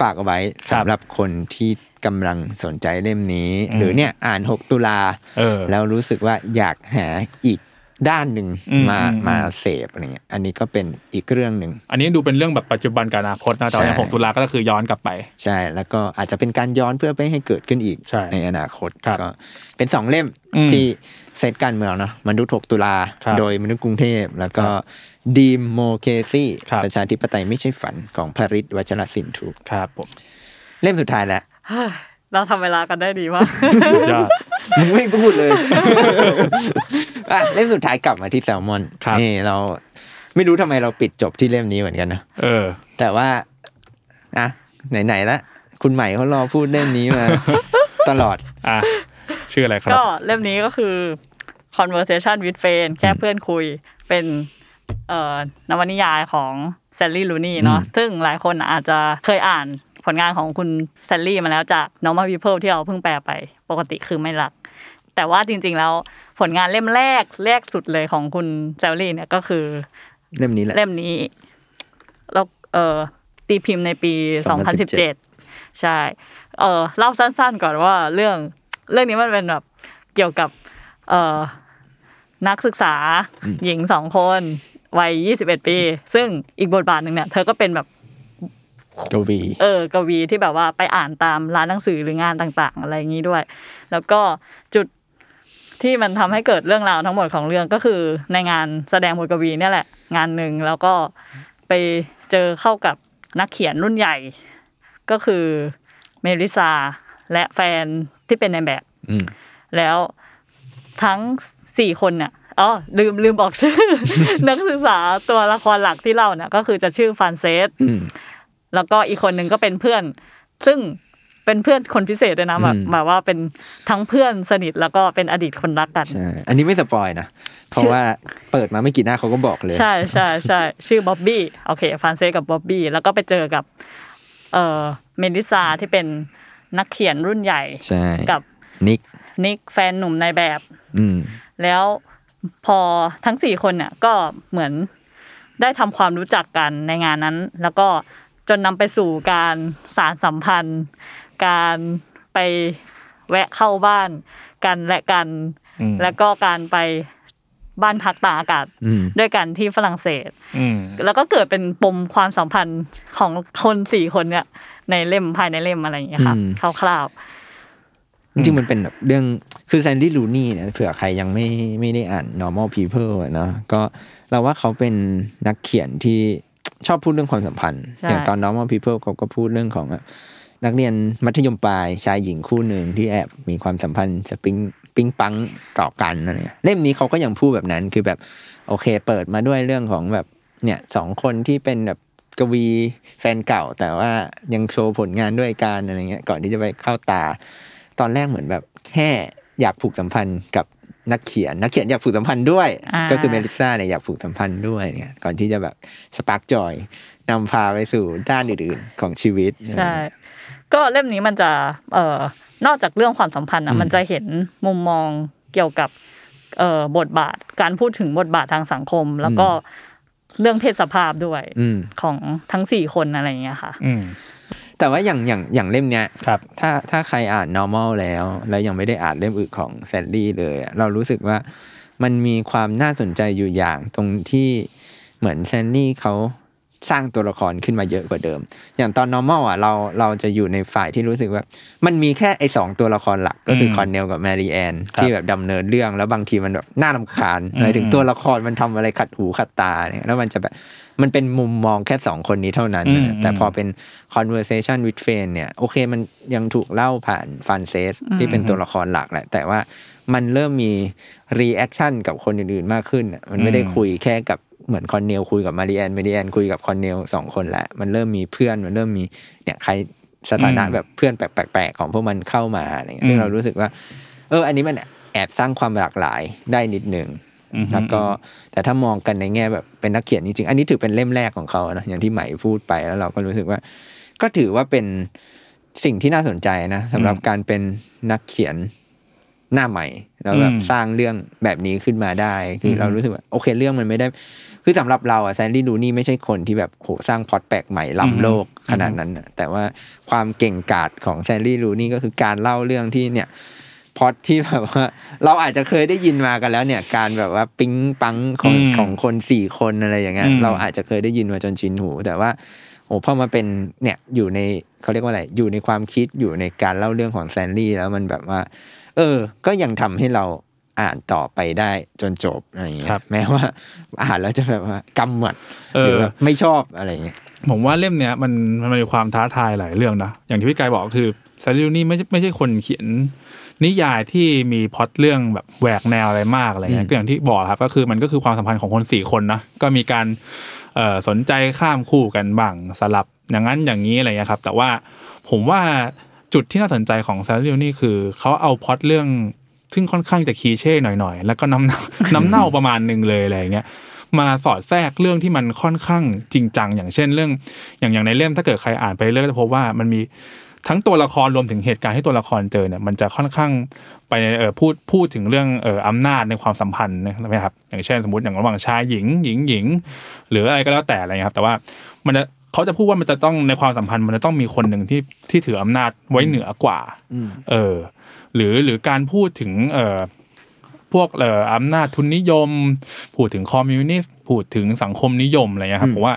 ฝากเอาไว้
ครับ
สำหรับคนที่กำลังสนใจเล่มนี้
อืม
หรือเนี่ยอ่าน 6 ตุลา
เออ
แล้วรู้สึกว่าอยากหาอีกด้านหนึ่ง
อืม
มา
อืม
มาเสพอะไรเงี้ยอันนี้ก็เป็นอีกเรื่องหนึ่ง
อันนี้ดูเป็นเรื่องแบบปัจจุบันกับอนาคตนะแต่ว่าอย่าง
ใช่
หกตุลาก็คือย้อนกลับไป
ใช่แล้วก็อาจจะเป็นการย้อนเพื่อไม่ให้เกิดขึ้นอีก
ใช่
อนาคต
ครับ
ก็เป็นสองเล่ม
อืม
ที่เซตการเมืองเนาะมนุษย์ถกตุลา
ครับ
โดยมนุษย์กรุงเทพ แล้วก็ดีมโมเคซี่
ครับ
ประชาธิปไตยไม่ใช่ฝันของพริตวัชรสินทุ
ครับผม
เล่มสุดท้ายแล้ว
เฮ้ยเราทำเวลากันได้ดีมาก
สุดยอด
มึงไม่พูดเลย อ่ะเล่มสุดท้ายกลับมาที่แซลมอน
ครับ
นี่เราไม่รู้ทำไมเราปิดจบที่เล่มนี้เหมือนกันนะ
เออ
แต่ว่า อ่ะ ไหนๆละคุณใหม่เขารอพูดเล่มนี้
(laughs)
มา ตลอด
อ่ะชื่ออะไรครับ
ก็เล่มนี้ก็คือ conversation with friend แค่เพื่อนคุยเป็นเอ่อนวนิยายของแซลลี่ลูนี่เนาะซึ่งหลายคนอาจจะเคยอ่านผลงานของคุณแซลลี่มาแล้วจาก Normal People ที่เราเพิ่งแปลไปปกติคือไม่รัก แต่ว่าจริงๆแล้วผลงานเล่มแรกแรกสุดเลยของคุณแซลลี่เนี่ยก็คือ
เล่มนี้แหละ
เล่มนี้แล้วเออตีพิมพ์ในปี 2017 ใช่ เออเล่าสั้นๆก่อนว่าเรื่องเรื่องนี้มันเป็นแบบเกี่ยวกับเออนักศึกษาหญิงสองคนวัย 21 ปี ซึ่งอีกบทบาทหนึ่งเนี่ยเธอก็เป็นแบบ
กวี
เออกวีที่แบบว่าไปอ่านตามร้านหนังสือหรืองานต่างๆ อะไรอย่างนี้ด้วย แล้วก็จุดที่มันทำให้เกิดเรื่องราวทั้งหมดของเรื่องก็คือในงานแสดงบทกวีเนี่ยแหละ งานหนึ่งแล้วก็ไปเจอเข้ากับนักเขียนรุ่นใหญ่ ก็คือเมริซาและแฟนที่เป็นในายแบบ
อืม
แล้วทั้งสี่คนเนี่ยอ๋อลืมลืมบอกชื่อ (laughs) นักศึกษาตัวละครหลักที่เล่าเนี่ยก็คือจะชื่อฟรานเซส
อืม
แล้วก็อีกคนหนึ่งก็เป็นเพื่อน ซึ่งเป็นเพื่อนคนพิเศษด้วยนะแบบ
อืม
แบบว่าเป็นทั้งเพื่อนสนิทแล้วก็เป็นอดีตคนรักกัน
ใช่ อันนี้ไม่สปอยนะ เพราะว่าเปิดมาไม่กี่หน้าเขาก็บอกเลย
ใช่ใช่ใช่ชื่อบ๊อบบี้โอเคฟรานเซสกับบ๊อบบี้แล้วก็ไปเจอกับเอ่อเมลิซาที่เป็นนักเขียนรุ่นใหญ่
ใช่
กับ
นิก
นิกแฟนหนุ่มในายแบบ
อืม
แล้วพอทั้งสี่คนเนี่ยก็เหมือนได้ทำความรู้จักกันในงานนั้น แล้วก็จนนำไปสู่การสารสัมพันธ์ การไปแวะเข้าบ้านกันและกัน
อืม
แล้วก็การไปบ้านพักตากอากาศ
อืม
ด้วยกันที่ฝรั่งเศส
อืม
แล้วก็เกิดเป็นปมความสัมพันธ์ของคนสี่คนเนี่ยในเล่มภายในเล่มอะไรอย่างเงี้ยค่ะ
อืม
คร่าว
จริงๆมันเป็นแบบเรื่องคือแซนดี้ลูนี่เนี่ยเผื่อใครยังไม่ไม่ได้อ่าน normal people อะเนาะก็เราว่าเขาเป็นนักเขียนที่ชอบพูดเรื่องความสัมพันธ์
ใช่
อย่างตอน normal people เขาก็พูดเรื่องของแบบนักเรียนมัธยมปลายชายหญิงคู่หนึ่งที่แอบมีความสัมพันธ์สปริงปิ๊งปังต่อกันอะไรเงี้ยเล่มนี้เขาก็ยังพูดแบบนั้นคือแบบโอเค เปิดมาด้วยเรื่องของแบบเนี่ยสองคนที่เป็นแบบ กวีแฟนเก่าแต่ว่ายังโชว์ผลงานด้วยกันอะไรเงี้ยก่อนที่จะไปเข้าตา ตอนแรกเหมือนแบบแค่อยากผูกสัมพันธ์กับนักเขียน นักเขียนอยากผูกสัมพันธ์ด้วย
อ่า
ก็คือเมลิซ่าเนี่ยอยากผูกสัมพันธ์ด้วยเนี่ยก่อนที่จะแบบสปาร์กจอยนำพาไปสู่ด้านอื่นๆของชีวิต
ใช่ ก็เล่มนี้มันจะเอ่อนอกจากเรื่องความสัมพันธ์
อื
อ่ะ
ม
มันจะเห็นมุมมองเกี่ยวกับเอ่อบทบาทการพูดถึงบทบาททางสังคม แล้วก็เรื่องเพศสภาพด้วย
อืม
ของทั้งสี่คนอะไรอย่างเงี้ยค่ะ
อืม
แต่ว่าอย่างอย่างอย่างเล่มเนี้ย
ครับ
ถ้าถ้าใครอ่าน normal แล้ว แล้วยังไม่ได้อ่านเล่มอื่นของแซนดี้เลยอะเรารู้สึกว่ามันมีความน่าสนใจอยู่อย่างตรงที่เหมือนแซนดี้เขาสร้างตัวละครขึ้นมาเยอะกว่าเดิม อย่างตอน normal อ่ะเราเราจะอยู่ในฝ่ายที่รู้สึกว่า มันมีแค่ไอ้สองตัวละครหลักก็คืออ
ม
คอนเนลกับแมรี่แอน
ครับ
ที่แบบดำเนินเรื่องแล้วบางทีมันแบบน่ารำคาญหมายถึง
อืม
ตัวละครมันทำอะไรขัดหูขัดตาเนี่ยแล้วมันจะแบบมันเป็นมุมมองแค่สองคนนี้เท่านั้น
อืม
แต่พออ
ม
เป็น conversation with friend เนี่ย โอเคมันยังถูกเล่าผ่านฟันเซสที่เป็นตัวละครหลักแหละ แต่ว่ามันเริ่มมี reaction กับคนอื่นๆมากขึ้นอะมันไม่ได้คุยแค่กับเหมือนคอนเนลคุยกับมาริแอนมาริแอนคุยกับคอนเนลสองคนละมันเริ่มมีเพื่อนมันเริ่มมีเนี่ยใครสถานะ
อืม
แบบเพื่อนแปลกๆ ของพวกมันเข้ามาอะไรเงี้ยซึ่ง
อืม
เรารู้สึกว่า เออ อันนี้มันแอบสร้างความหลากหลายได้นิดหนึ่ง
อืม
แล้วก็แต่ถ้ามองกันในแง่แบบเป็นนักเขียนจริงๆ อันนี้ถือเป็นเล่มแรกของเขานะอย่างที่ไหมพูดไปแล้วเราก็รู้สึกว่า ก็ถือว่าเป็นสิ่งที่น่าสนใจนะสำหรับ
อืม
การเป็นนักเขียนหน้าใหม่แล้วแบบ
อืม
สร้างเรื่องแบบนี้ขึ้นมาได้คืออ
ม
เรารู้สึกว่าโอเคเรื่องมันไม่ได้ คือสำหรับเราอะแซนดี้ดูนี่ไม่ใช่คนที่แบบโหสร้างพล็อตแปลกใหม่ล้ำโลกขนาดนั้นอะแต่ว่าความเก่งกาจของแซนดี้ดูนี่ก็คือการเล่าเรื่องที่เนี่ยพล็อตที่แบบว่า เราอาจจะเคยได้ยินมากันแล้วเนี่ย การแบบว่าปิ๊งปังของ
อืม
ของคนสี่คนอะไรอย่างเงี้ย
อืม
เราอาจจะเคยได้ยินมาจนชินหู แต่ว่าโอ้พอมาเป็นเนี่ยอยู่ในเขาเรียกว่าอะไรอยู่ในความคิดอยู่ในการเล่าเรื่องของแซนดี้แล้วมันแบบว่า เออ ก็ยังทำให้เราอ่านต่อไปได้จนจบอะไรอย่างเงี้ย
ครับ
แม้ว่า อ่านแล้วจะแบบว่ากำหมัด
เอ
หรือ
อ
แบบไม่ชอบอะไรอย่างเงี้ย
ผมว่าเล่มเนี้ยมันมันมีความท้าทายหลายเรื่องนะ อย่างที่พี่กายบอกคือซาริลนี่ไม่ใช่ไม่ใช่คนเขียน นิยายที่มีพล็อตเรื่องแบบแหวกแนวอะไรมากอะไรเงี้
อื
ย
ม
ก็อย่างที่บอกครับก็คือมันก็คือความสัมพันธ์ของคนสี่คนนะก็มีการเอ่อสนใจข้ามคู่กันบ้างสลับอย่างนั้นอย่างนี้อะไรเงี้ยครับ แต่ว่าผมว่าจุดที่น่าสนใจของซาริลนี่คือเขาเอาพล็อตเรื่องซึ่งค่อนข้างจะคีเช่หน่อยๆ แล้วก็น้ำเน่า (laughs) น้ำเน่าประมาณหนึ่งเลยอะไรเงี้ย มาสอดแทรกเรื่องที่มันค่อนข้างจริงจัง อย่างเช่นเรื่อง อย่างอย่างในเล่มถ้าเกิดใครอ่านไปเรื่อยก็จะพบว่ามันมีทั้งตัวละครรวมถึงเหตุการณ์ที่ตัวละครเจอเนี่ยมันจะค่อนข้างไปในเออพูดพูดถึงเรื่องเอออำนาจในความสัมพันธ์นะครับ อย่างเช่นสมมติอย่างระหว่างชายหญิงหญิงหญิง หรืออะไรก็แล้วแต่อะไรเงี้ยครับ แต่ว่ามันจะเขาจะพูดว่ามันจะต้องในความสัมพันธ์มันจะต้องมีคนหนึ่งที่ที่ถืออำนาจไว้เหนือกว่า เออหรือหรือการพูดถึงเอ่อพวกเอ่ออำนาจทุนนิยม พูดถึงคอมมิวนิสต์พูดถึงสังคมนิยมอะไรเงี้ยครับผมว่า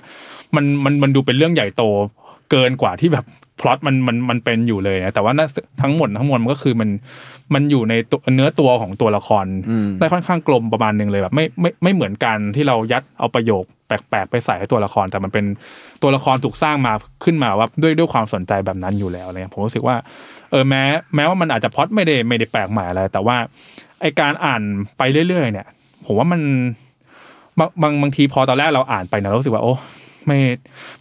มันมันมันดูเป็นเรื่องใหญ่โตเกินกว่าที่แบบพล็อตมันมันมันเป็นอยู่เลยนะแต่ว่าน่าทั้งหมดทั้งมวลมันก็คือมันมันอยู่ในตัวเนื้อตัวของตัวละคร ได้ค่อนข้างกลมประมาณหนึ่งเลยแบบไม่ไม่ไม่เหมือนกันที่เรายัดเอาประโยคแปลกๆไปใส่ให้ตัวละครแต่มันเป็นตัวละครถูกสร้างมาขึ้นมาว่าด้วยด้วยความสนใจแบบนั้นอยู่แล้วอะไรเลยผมรู้สึกว่าเออแม้แม้ว่ามันอาจจะพล็อดไม่ได้ไม่ได้แปลกใหม่อะไรแต่ว่าไอการอ่านไปเรื่อยๆ เนี่ย ผมว่ามันบางบางบางทีพอตอนแรกเราอ่านไปเนี่ยเรารู้สึกว่าโอ้ไม่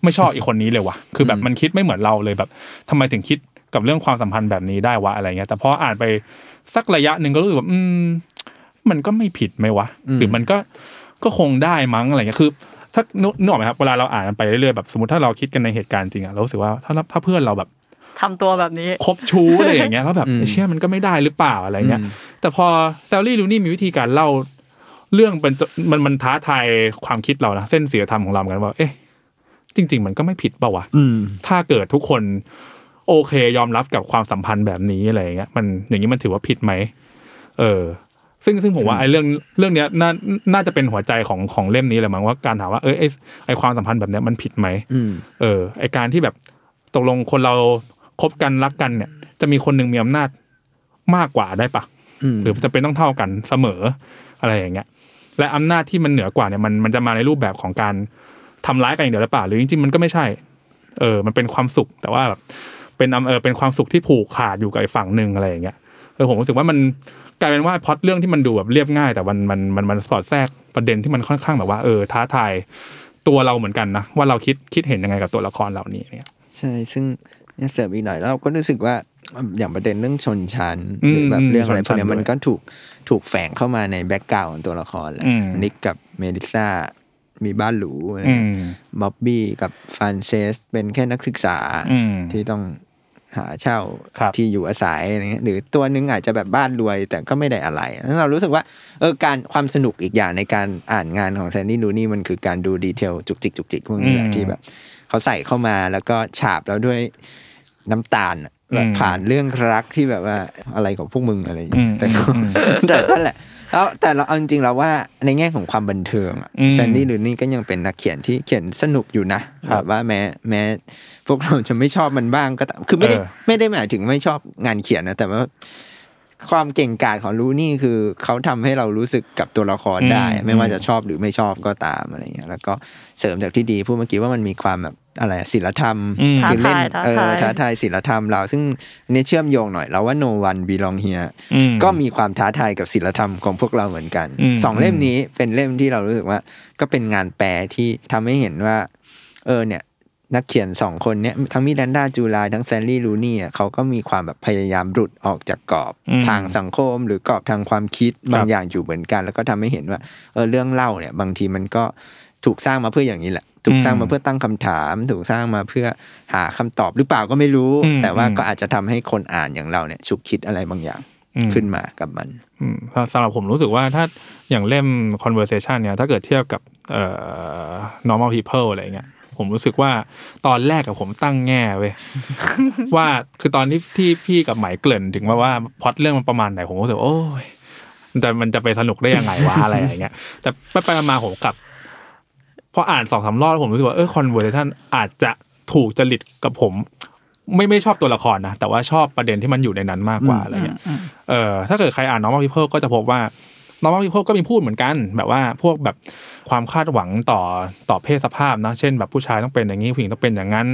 ไม่ชอบอีกคนนี้เลยว่ะคือแบบมันคิดไม่เหมือนเราเลยแบบทำไมถึงคิดกับเรื่องความสัมพันธ์แบบนี้ได้วะอะไรเงี้ยแต่พออ่านไปสักระยะหนึ่งก็รู้สึกว่าอืม มันก็ไม่ผิดไหมวะ หรือมันก็ก็คงได้มั้งอะไรเงี้ยคือ ถ้านึกนึกออกไหมครับเวลาเราอ่านไปเรื่อยๆแบบสมมติถ้าเราคิดกันในเหตุการณ์จริงอะเรารู้สึกว่าถ้าถ้าเพื่อนเราแบบ
ทำตัวแบบนี้
คบชู้อะไรอย่างเงี้ยแล้วแบบ
อืม
ไอ้เชื่อมันก็ไม่ได้หรือเปล่าอะไรเงี้ย
อืม
แต่พอแซลลี่ลูนี่มีวิธีการเล่าเรื่องเป็นมันมันท้าทายความคิดเรานะเส้นเสียธรรมของเราเหมือนกันว่า เอ๊ะ จริง ๆ มันก็ไม่ผิดเปล่าวะ
อืม
ถ้าเกิดทุกคนโอเคยอมรับกับความสัมพันธ์แบบนี้อะไรอย่างเงี้ยมันอย่างนี้มันถือว่าผิดไหมเออ ซึ่งซึ่งผมว่าไอ้เรื่องเรื่องเนี้ยน่าน่าจะเป็นหัวใจของของเล่มนี้แหละมั้งว่าการถามว่าเออไอ้ไอ้ความสัมพันธ์แบบเนี้ยมันผิดไหม
อืม
เออไอ้การที่แบบตกลงคนเราคบกันรักกันเนี่ย จะมีคนหนึ่งมีอำนาจ มากกว่าได้ปะ
อืม
หรือจะเป็นต้องเท่ากันเสมออะไรอย่างเงี้ย และอำนาจที่มันเหนือกว่าเนี่ยมันมันจะมาในรูปแบบของการทำร้ายกันอย่างเดียวหรือเปล่าหรือจริงๆมันก็ไม่ใช่ เออ มันเป็นความสุข แต่ว่าแบบเป็นอำเออเป็นความสุขที่ผูกขาดอยู่กับอีกฝั่งหนึ่งอะไรอย่างเงี้ยเออผมรู้สึกว่ามันกลายเป็นว่าพล็อดเรื่องที่มันดูแบบเรียบง่าย แต่มันมันมันมันสอดแทรกประเด็นที่มันค่อนข้างแบบว่าเออท้าทายตัวเราเหมือนกันนะว่าเราคิดคิดเห็นยังไงกับตัวละครเหล่านี้เนี่ย
ใช่ซึ่งเนี่ยเสริมอีกหน่อยแล้วเราก็รู้สึกว่าอย่างประเด็นเรื่องชนชั้น
อื
ห
ม
รือแบบเรื่องอะไร
ชน
พ
ชั้
วก
น
เนี้ยมัน
ด้วย
ก็ถูกถูกแฝงเข้ามาในแบ็กกราวด์ของตัวละครแหละ
อืม
นิกกับเมดิซ่ามีบ้านหรูอะไร
อืม
บ๊อบบี้กับฟรานเซสเป็นแค่นักศึกษา
อืม
ที่ต้องหาเช่า
ครับ
ที่อยู่อาศัยอะไรเงี้ยหรือตัวนึงอาจจะแบบบ้านรวยแต่ก็ไม่ได้อะไรนั้นเรารู้สึกว่าเออการความสนุกอีกอย่างในการอ่านงานของแซนดี้นูนี่มันคือการดูดีเทลจุกจิกจุกจิกพวกนี้แหละ
อืม
ที่แบบเขาใส่เข้ามาแล้วก็ฉาบแล้วด้วยน้ำตาลอะแบบ
อืม
ผ่านเรื่องรักที่แบบว่าอะไรของพวกมึงอะไรอย่าง
อื
เงี้ย
ม
แต่ก็
อืม
แต่นั่นแหละแล้วแต่เราเอาจริงๆเราว่าในแง่ของความบันเทิงอะ
อืม
แซนดี้นูนี่ก็ยังเป็นนักเขียนที่เขียนสนุกอยู่นะ
ครั
แบบ บว่าแม้แม้ พวกเราจะไม่ชอบมันบ้างก็ตามคือไม่ได้
เออ
ไม่ได้หมายถึงไม่ชอบงานเขียนนะ แต่ว่าความเก่งกาจของลูนี่คือเขาทำให้เรารู้สึกกับตัวละครได้
อืม
ไม่ว่าจะชอบหรือไม่ชอบก็ตามอะไรเงี้ย แล้วก็เสริมจากที่ดีพูดเมื่อกี้ว่ามันมีความแบบอะไรศิลธรรม
อืม
คือเล่น
ท้าทาย
เออ
ท้าทาย
ท้าทายศิลธรรมเรา ซึ่งอันนี่เชื่อมโยงหน่อยเราว่าโนวันบีลองเฮีย
อืม
ก็มีความท้าทายกับศิลธรรมของพวกเราเหมือนกัน
อืม
สองเล่มนี้เป็นเล่มที่เรารู้สึกว่า ก็เป็นงานแปลที่ทำให้เห็นว่า เออเนี่ย นักเขียนสองคนเนี่ยทั้งมิรันดาจูลายทั้งแซนลี่ลูนี่อ่ะเขาก็มีความแบบพยายามหลุดออกจากกรอบ
อืม
ทางสังคม หรือกรอบทางความคิด
ครับ
บางอย่างอยู่เหมือนกัน แล้วก็ทำให้เห็นว่าเออเรื่องเล่าเนี่ย บางทีมันก็ถูกสร้างมาเพื่ออย่างนี้แหละ ถูกสร้างมาเพื่อตั้งคำถาม ถูกสร้างมาเพื่อหาคำตอบหรือเปล่าก็ไม่รู้
อืม
แต่ว่า
อืม
ก็อาจจะทำให้คนอ่านอย่างเราเนี่ยฉุกคิดอะไรบางอย่าง
อืม
ขึ้นมากับมัน
อืมสำหรับผมรู้สึกว่าถ้าอย่างเล่ม conversation เนี่ยถ้าเกิดเทียบกับเอ่อ normal people อะไรเงี้ยผมรู้สึกว่าตอนแรกกับผมตั้งแง่เว้ย (laughs) ว่าคือตอนที่ที่พี่กับไหมเกริ่นถึงว่าว่าพล็อตเรื่องมันประมาณไหนผมก็รู้สึกโอ้ยมันจะมันจะไปสนุกได้ยังไงวะ (laughs) อะไรอย่างเงี้ย แต่ไปไปมาๆผมกลับพออ่านสองสามรอบแล้วผมรู้สึกว่าเออ conversation อาจจะถูกจริตกับผม ไม่ไม่ชอบตัวละครนะแต่ว่าชอบประเด็นที่มันอยู่ในนั้นมากกว่าอะไรเงี้ย เอ่อถ้าเกิดใครอ่าน normal people ก็จะพบว่า normal people ก็มีพูดเหมือนกัน แบบว่าพวกแบบความคาดหวังต่อต่อเพศสภาพนะเช่น แบบผู้ชายต้องเป็นอย่างนี้ผู้หญิงต้องเป็นอย่างนั้น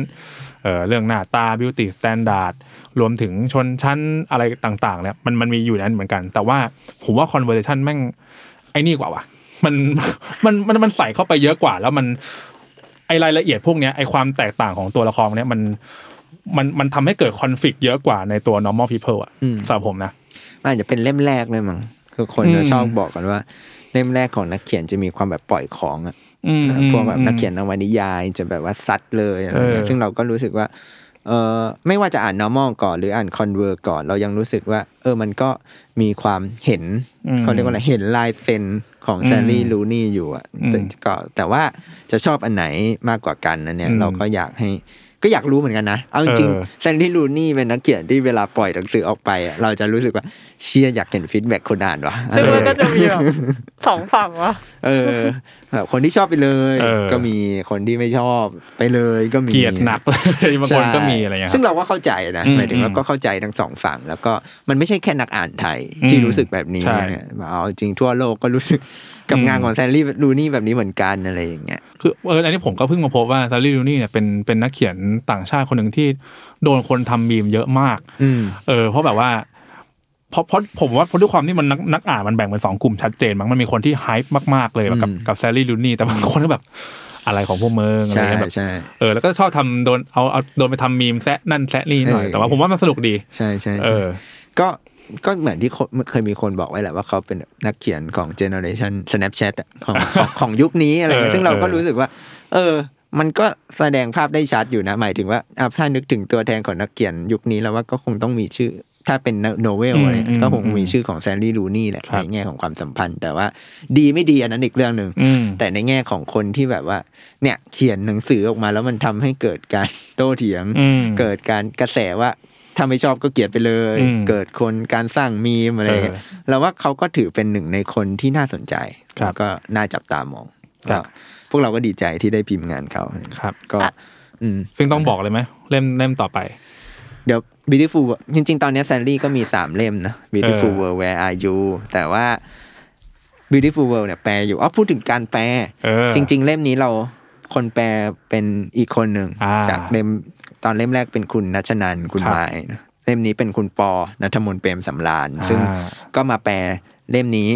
เอ่อเรื่องหน้าตา beauty standard รวมถึงชนชั้นอะไรต่างๆเนี่ยมันมันมีอยู่ในนั้นเหมือนกัน แต่ว่าผมว่า conversation แม่งไอ้นี่กว่าว่ะมันมันมันมันใส่เข้าไปเยอะกว่า แล้วมันไอรายละเอียดพวกเนี้ยไอความแตกต่างของตัวละครเนี้ยมันมันมันทำให้เกิดคอนฟ lict เยอะกว่าในตัว normal people อ่ะ
อืม
สำหรับผมนะ
มันอาจจะเป็นเล่มแรกเลยมั้งคือคนจะ
อืม
ชอบบอกกันว่า เล่มแรกของนักเขียนจะมีความแบบปล่อยของอะ
อืม
พวกแบบนักเขียน
อื
นวนิยายจะแบบว่าซัดเลยอะไรเงี้ย
เออ
ซึ่งเราก็รู้สึกว่าเออไม่ว่าจะอ่าน normal ก่อนหรืออ่าน conver ก่อน เรายังรู้สึกว่า เออมันก็มีความเห็น
อืม
เขาเรียกว่าอะไรเห็นลายเซ็นของ
อืม
แซลลี่ลูนี่อยู่อะ
อืม
แต่ก็แต่ว่าจะชอบอันไหนมากกว่ากันนะเนี่ย
อืม
เราก็อยากให้ก็อยากรู้เหมือนกันนะเอาจริง
เออ
ๆแซลลี่ลูนี่เป็นนักเขียนที่เวลาปล่อยหนังสือออกไปอะเราจะรู้สึกว่าเชียอยากเห็นฟีดแบ็กคนอ่านวะ
ซึ่งมันก็จะมีแบบสองฝั่งวะ
เอ
(laughs)
อแบบคนที่ชอบไปเลย
เออ
ก็มีคนที่ไม่ชอบไปเลยก็มี
เกลียดหนัก (laughs) เลยบางคนก็มีอะไรอย่างเงี้ยค
ซึ่ง
รับ
เราก็เข้าใจนะ
อืม
หมายถึงเราก็เข้าใจทั้งสองฝั่ง แล้วก็มันไม่ใช่แค่นักอ่านไทยที่
อืม
รู้สึกแบบนี้
ใช่
เนี่ยเอาจริงทั่วโลกก็รู้สึก (laughs) กับ
อืม
งานของแซนลี่ดูนี่แบบนี้เหมือนกันอะไรอย่างเงี้ย
คือเอออันนี้ผมก็เพิ่งมาพบว่าซารีลูนี่เนี่ยเป็นเป็นนักเขียนต่างชาติคนหนึ่งที่โดนคนทำมีมเยอะมาก
อืม
เออเพราะแบบว่าเพราะเพราะผมว่าเพราะด้วยความที่มันนักนักอ่านมันแบ่งเป็นสองกลุ่มชัดเจนมั้งมันมีคนที่ไฮป์มากๆเลยแบบกับ
อืม
กับแซลลี่ลูนี่แต่บางคนก็แบบอะไรของพวกมึงอะไร
ใช่
เงี้ยแบบ
ใช่
เออแล้วก็ชอบทำโดนเอาเอาโดนไปทำมีมแซะนั่นแซะนี่หน่อย
เออ
แต่ว่าผมว่ามันสนุกดี
ใช่ใช่
เอ
ใช่
อ
ก็ก็เหมือนที่คนเคยมีคนบอกไว้แหละว่าเขาเป็นนักเขียนของเจเนอเรชัน Snapchat อะของของของยุคนี้อะไรเงี้ย
เออ
ซึ่งเราก็
เออ
รู้สึกว่า เออ มันก็แสดงภาพได้ชัดอยู่นะ หมายถึงว่าอ่ะถ้านึกถึงตัวแทนของนักเขียนยุคนี้แล้วว่าก็คงต้องมีชื่อ ถ้าเป็นโนเวลอะไร
อืม
ก็คง
อืม
มีชื่อของแซนดี้ลูนี่แหละ
ครับ
ในแง่ของความสัมพันธ์ แต่ว่าดีไม่ดีอันนั้นอีกเรื่องหนึ่ง
อืม
แต่ในแง่ของคนที่แบบว่า เนี่ยเขียนหนังสือออกมาแล้วมันทำให้เกิดการ (laughs) โต้เถียง
อืม
เกิดการกระแสว่าถ้าไม่ชอบก็เกลียดไปเลย
อืม
เกิดคนการสร้างมีมอะไรอย่างเงี้ย
เอ
เราว่าเขาก็ถือเป็นหนึ่งในคนที่น่าสนใจ
ครับ
แล้วก็น่าจับตามอง
ครับ
ก็พวกเราก็ดีใจที่ได้พิมพ์งานเขา
ครับ
ก็
อ่ะ
อืม
ซึ่งต้องบอกเลยไหมเล่มเล่มต่อไป
เดี๋ยว beautiful World จริง ๆ ตอนเนี้แซนลี่ก็มีสามเล่มนะ beautiful
เออ
world where are you แต่ว่า beautiful world เนี่ยแปลอยู่อ๋อพูดถึงการแปล
เออ
จริง ๆ เล่มนี้เราคนแปลเป็นอีกคนหนึ่ง
อ่า
จากเล่มตอนเล่มแรกเป็นคุณนัชนันคุณ
ครับ
ไม้นะเล่มนี้เป็นคุณปอนัทมนต์เปรมสำราญ
อ่า
ซึ่งก็มาแปลเล่มนี้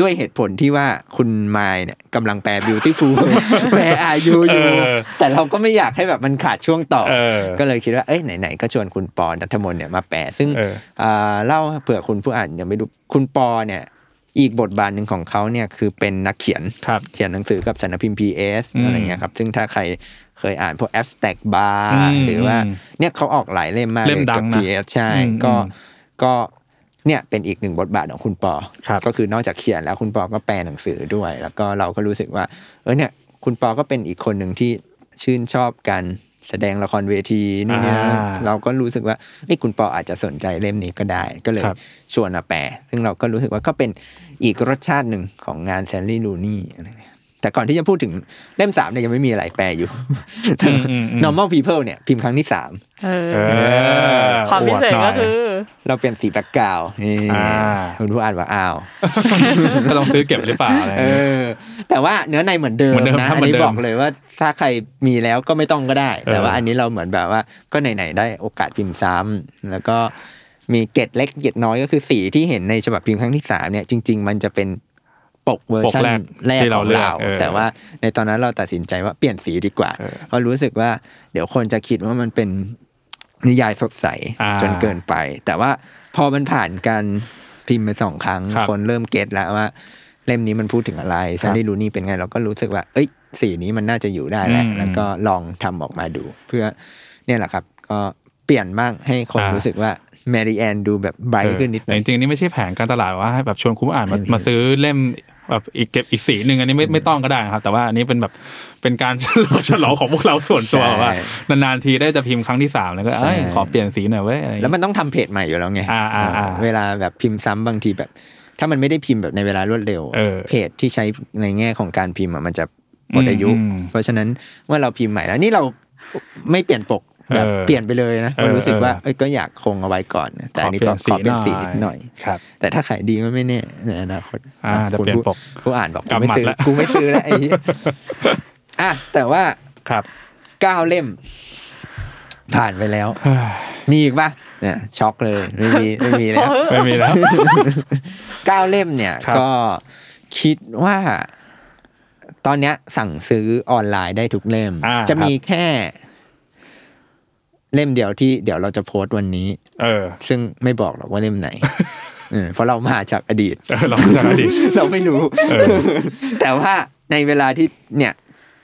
ด้วยเหตุผลที่ว่าคุณไม้เนี่ยกำลังแปล beautiful (laughs) World แปลอายุ
เอ
อยู่ (laughs)
อ
แต่เราก็ไม่อยากให้แบบมันขาดช่วงต่อ
เออ
ก็เลยคิดว่า เอ้ยไหนๆ ก็ชวนคุณปอนัทมนต์เนี่ยมาแปล ซึ่ง
เออ
าเล่าเผื่อคุณผู้อ่านยังไม่ดูคุณปอเนี่ย อีกบทบาทหนึ่งของเขาเนี่ยคือเป็นนักเขียน
ครับ
เขียนหนังสือกับสำนักพิมพ์ PS
อืม
อะไรเงี้ยครับ ซึ่งถ้าใครเคยอ่านพวก Abstract Bar
อืม
หรือว่าเนี่ยเขาออกหลายเล่มมาก
เล่ม
เลย
ดั
กั
ง
บ
นะ
PS ใช่
อืม
ก็
อืม
ก็เนี่ยเป็นอีกหนึ่งบทบาทของคุณปอ
ครับ
ก็คือนอกจากเขียนแล้วคุณปอก็แปลหนังสือด้วย แล้วก็เราก็รู้สึกว่า เออเนี่ยคุณปอก็เป็นอีกคนหนึ่งที่ชื่นชอบการแสดงละครเวทีนู่นนี่นั่น
อ่า
เราก็รู้สึกว่าเอ้ยคุณปออาจจะสนใจเล่มนี้ก็ได้ ก็เลย
ครับ
ชวนมาแปล ซึ่งเราก็รู้สึกว่าก็เป็นอีกรสชาติหนึ่งของงานแซนลี่ลูนี่อะไรเงี้ย แต่ก่อนที่จะพูดถึงเล่มสามเนี่ยยังไม่มีอะไรแปลอยู่
(laughs) อืมอืม
normal people เนี่ย พิมพ์ครั้งที่สาม
เออ
เออ
ความพิเศษก็คือ
เราเปลี่ยนสีแบ็กกราวด์นี่
อ่า
คุณผู้อ่านว่าอ้าว
จะลอง (laughs) ซื้อเก็บหรือเปล่าอะไร
เอ
เงี้ย
อ แต่ว่าเนื้อในเหมือนเดิม
เหมือนเดิม
นะครับ อันนี้
เหมือนเดิม
บอกเลยว่าถ้าใครมีแล้วก็ไม่ต้องก็ได้ แต่ว่า
เอออั
อันนี้เราเหมือนแบบว่าก็ไหนๆได้โอกาสพิมพ์ซ้ำแล้วก็มีเกตเล็กเกตน้อยก็คือสีที่เห็นในฉบับพิมพ์ครั้งที่สามเนี่ยจริง ๆ มันจะเป็นปกเวอร์ชัน
ปกแรก
แรกข
ที่เรา
อง
เลือก
เรา
เออ
แต่ว่าในตอนนั้นเราตัดสินใจว่าเปลี่ยนสีดีกว่า
เออ
เพราะรู้สึกว่าเดี๋ยวคนจะคิดว่ามันเป็นนิยายสดใส
อ่า
จนเกินไป แต่ว่าพอมันผ่านการพิมพ์มาสองครั้ง
ครับ
คนเริ่มเก็ตแล้วว่า เล่มนี้มันพูดถึงอะไรซนดี้ลูนี่เป็นไง เราก็รู้สึกว่า เอ้ย สีนี้มันน่าจะอยู่ได้แหละ
อืม
แล้วก็ลองทำออกมาดู เพื่อเนี่ยแหละครับ ก็เปลี่ยนบ้างให้คน
อ่ารู้
รู้สึกว่าแมรี่แอนดูแบบไบรท์ขึ้นนิดห
แต่
นึง
จริงๆนี่ไม่ใช่แผนการตลาดว่าให้แบบชวนคุณผู้อ่านมามาซื้อเล่มแบบอีกเก็บอีกสีหนึ่งอันนี้ไม่ไม่ต้องก็ได้นะครับ แต่ว่าอันนี้เป็นแบบเป็นการ ฉลองฉลองของพวกเราส่วนตัว
ใช่
ว่านานๆทีได้จะพิมพ์ครั้งที่สามแล้วก็เอ้ย
ใช่
ขอเปลี่ยนสีหน่อยเว้ยอะไรอย่าง
แล้ว
เงี้ย
มันต้องทำเพจใหม่อยู่แล้วไง
อ่าอ่าอ่า
เวลาแบบพิมพ์ซ้ำบางทีแบบ ถ้ามันไม่ได้พิมพ์แบบในเวลารวดเร็ว
เออ
เพจที่ใช้ในแง่ของการพิมพ์อะมันจะหมดอายุ
อืมอืม
เพราะฉะนั้นเมื่อเราพิมพ์ใหม่แล้วนี่เราไม่เปลี่ยนปกแบบ
เออ
เปลี่ยนไปเลยนะ
เออ
เรารู้สึกว่า
เออ
เอ้ยก็อยากคงเอาไว้ก่อนนะแต่อันนี้ก็ข
ข
อ
อ
เป
เป
ลี่
ลี่
ยนสี
ยนสี
นิดห
ห
น่
น่
อ
อย ยครับ
แต่ถ้าขายดีก็ไม่แน่ในอนาคต
อ่าแต่
คุณ
เปลี่ยนปก
ผู้ผู้อ่านบอกกู
กำ
ไม่
หมัด
ซื้อ
ละ
กูไม่ซื้อแล้วไอ้เหี้ยอ่ะแต่ว่า
ครับ
เก้าเล่ม ผ่านไปแล้ว มีอีกปะเนี่ยช็อกเลยไม่มีไม่มีแล้ว
ไม่มีแล้ว
เก้าเล่มเนี่ย
ครับ
ก็คิดว่า ตอนเนี้ยสั่งซื้อออนไลน์ได้ทุกเล่ม
อ่า
จะมีแค่ เล่มเดียวที่เดี๋ยวเราจะโพสต์วันนี้
เออ
ซึ่งไม่บอกหรอกว่าเล่ม
(laughs)
ไหน เออเพราะเรามาจากอดีต
เออเราจะอดีต
เราไม่รู้
เออ
(laughs) แต่ว่าในเวลาที่เนี่ย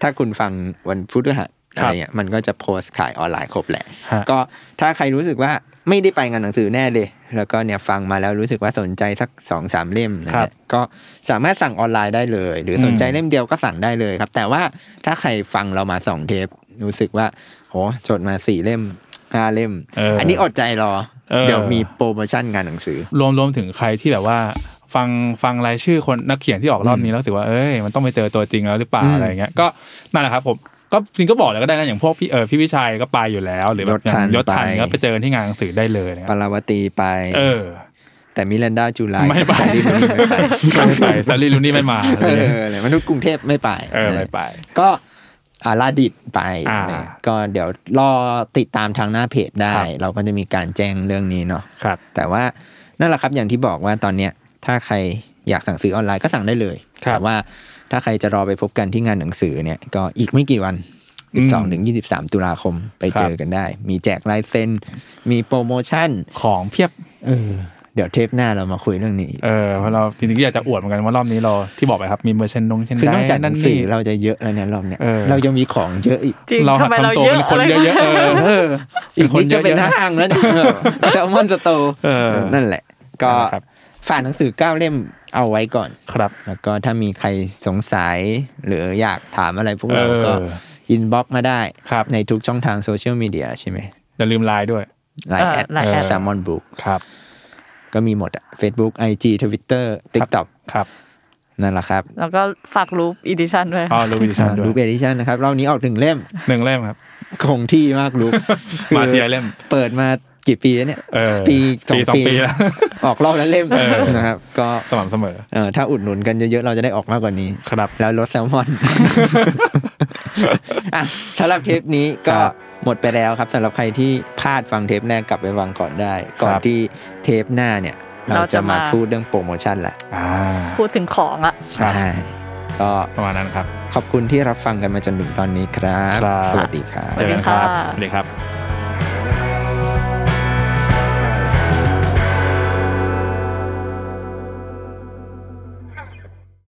ถ้าคุณฟังวันพุธพฤหัสอะ
ครั
ไร
บ
เงี้ยมันก็จะโพสต์ขายออนไลน์ครบแหละ
ฮะ
ก็ถ้าใครรู้สึกว่าไม่ได้ไปงานหนังสือแน่เลย แล้วก็เนี่ยฟังมาแล้วรู้สึกว่าสนใจสักสองสามเล่มนะฮะก็สามารถสั่งออนไลน์ได้เลย หรือสนใจเล่มเดียวก็สั่งได้เลยครับ แต่ว่าถ้าใครฟังเรามาสองเทปรู้สึกว่าโหจดมาสี่เล่มห้าเล่ม
เอออั
นนี้อดใจรอ
เออ
เดี๋ยวมีโปรโมชั่นงานหนังสือ
รวมรวมถึงใครที่แบบว่า ฟังฟังรายชื่อคนนักเขียนที่ออกรอบนี้แล้วรู้สึกว่าเอ้ยมันต้องไปเจอตัวจริงแล้วหรือเปล่า
อืม
อะไรเงี้ยก็นั่นแหละครับผมก็จริงก็บอกเลยก็ได้นะอย่างพวกพี่เออพี่วิชัยก็ไปอยู่แล้ว หรือแบบ
ยศทัน
ยศทัน
ไป
ก็ไปเจอที่งานหนังสือได้เลยนะค
ปา
รับ
ราวตีไป
เออ
แต่มิลันดาจูไลาย
ไม่ไป
กับซาลีมันนี่ไม่ไป
ไม่ไปซารีลูนี่ไม่มาอะไร
เอ
เงี้ย
อเลยมนุษย์กรุงเทพไม่ไป
เออไม่ไป
ก็อาลาดิดไป
อ่า
เนี่ยก็เดี๋ยวรอติดตามทางหน้าเพจได้
ครับ
เราก็จะมีการแจ้งเรื่องนี้เนาะ
ครับ
แต่ว่านั่นแหละครับอย่างที่บอกว่าตอนเนี้ยถ้าใครอยากสั่งซื้อออนไลน์ก็สั่งได้เลย
ครับ
แต่ว่าถ้าใครจะรอไปพบกันที่งานหนังสือเนี่ย ก็อีกไม่กี่วัน
อืม
12ถึง23 ตุลาคมไป
ครับ
เจอกันได้ มีแจกลายเซ็นมีโปรโมชั่น
ของเพียบ
เดี๋ยวเทปหน้าเรามาคุยเรื่องนี้อีก
เออเพราะเราจริงๆก็อยากจะอวดเหมือนกันว่ารอบนี้เราที่บอกไปครับมีเมอร์เชนนงเชน
คือน
ได้
อกจากหนั
นั่น
งสือ
นี่
เราจะเยอะแล้วเนี่ยรอบเนี่ย
เออ
เรายังมีของเยอะอีก
จริง
เราหัด
ทำไมเรา
ทำตัว
เยอะ
เป็นคน
อะไร
เยอะๆเออ
เอออี
เป็น
ก
คน
นิดจะเป็น
เยอะๆนะ
ห้างแล้วเนี่ยแซลมอนสโต
เออ
นั่นแหละ ก็
นั่นแหละครับ
ฝากหนังสือเก้าเล่มเอาไว้ก่อน
ครับ
แล้วก็ถ้ามีใครสงสัยหรืออยากถามอะไรพวกเรา
เออ
ก็อินบ็อกมาได้
ครับ
ในทุกช่องทางโซเชียลมีเดียใช่ไหม
อย่าลืมไลน์ด้วย
ไลน์แอด
เออ Line
แซลมอนบุ๊ก
ครับ
ก็มีหมดอะ Facebook IG Twitter TikTok
ครับ
นั่นแหละครับ
แล้วก็ฝากรูปอีดิชันด้วย
อ๋อรูบิชันด้ว
รูป
ย
เอดิชันนะครับรอบนี้ออกถึงเล่ม
หนึ่งเล่มครับ
คงที่มากลุก
มาทีละเล่ม
เปิดมา กี่ปีแล้วเนี่ย
เออ
ปีสอง
ปีสอง
ปี
ปีแล้ว
ออกรอบแล้วเล่ม
เออ
นะครับ ก็
(laughs) สม่ำเสมอ
เอ่อถ้าอุดหนุนกันเยอะๆเราจะได้ออกมากกว่านี้
ครับ
แล้วรสแซล
(laughs)
มอน อ่ะสำหรับเทปนี้ก็
ครับ
หมดไปแล้วครับสำหรับใครที่พลาดฟังเทปแรกกลับไปฟังก่อนได้ ก่อน
ครับ
ที่เทปหน้าเนี่ย เรา
เรา
จะ
จะ
มา
มา
พูดเรื่องโปรโมชั่นละ
อ่า
พูดถึงของอะ
ครับ
ใช่ก็
ประมาณนั้นครับ
ขอบคุณที่รับฟังกันมาจนถึงตอนนี้ครับ
ครับ
สวัสดีครับ
เจอกันครับ
ส
ส
วัสดีค่ะ
วัสดีครับ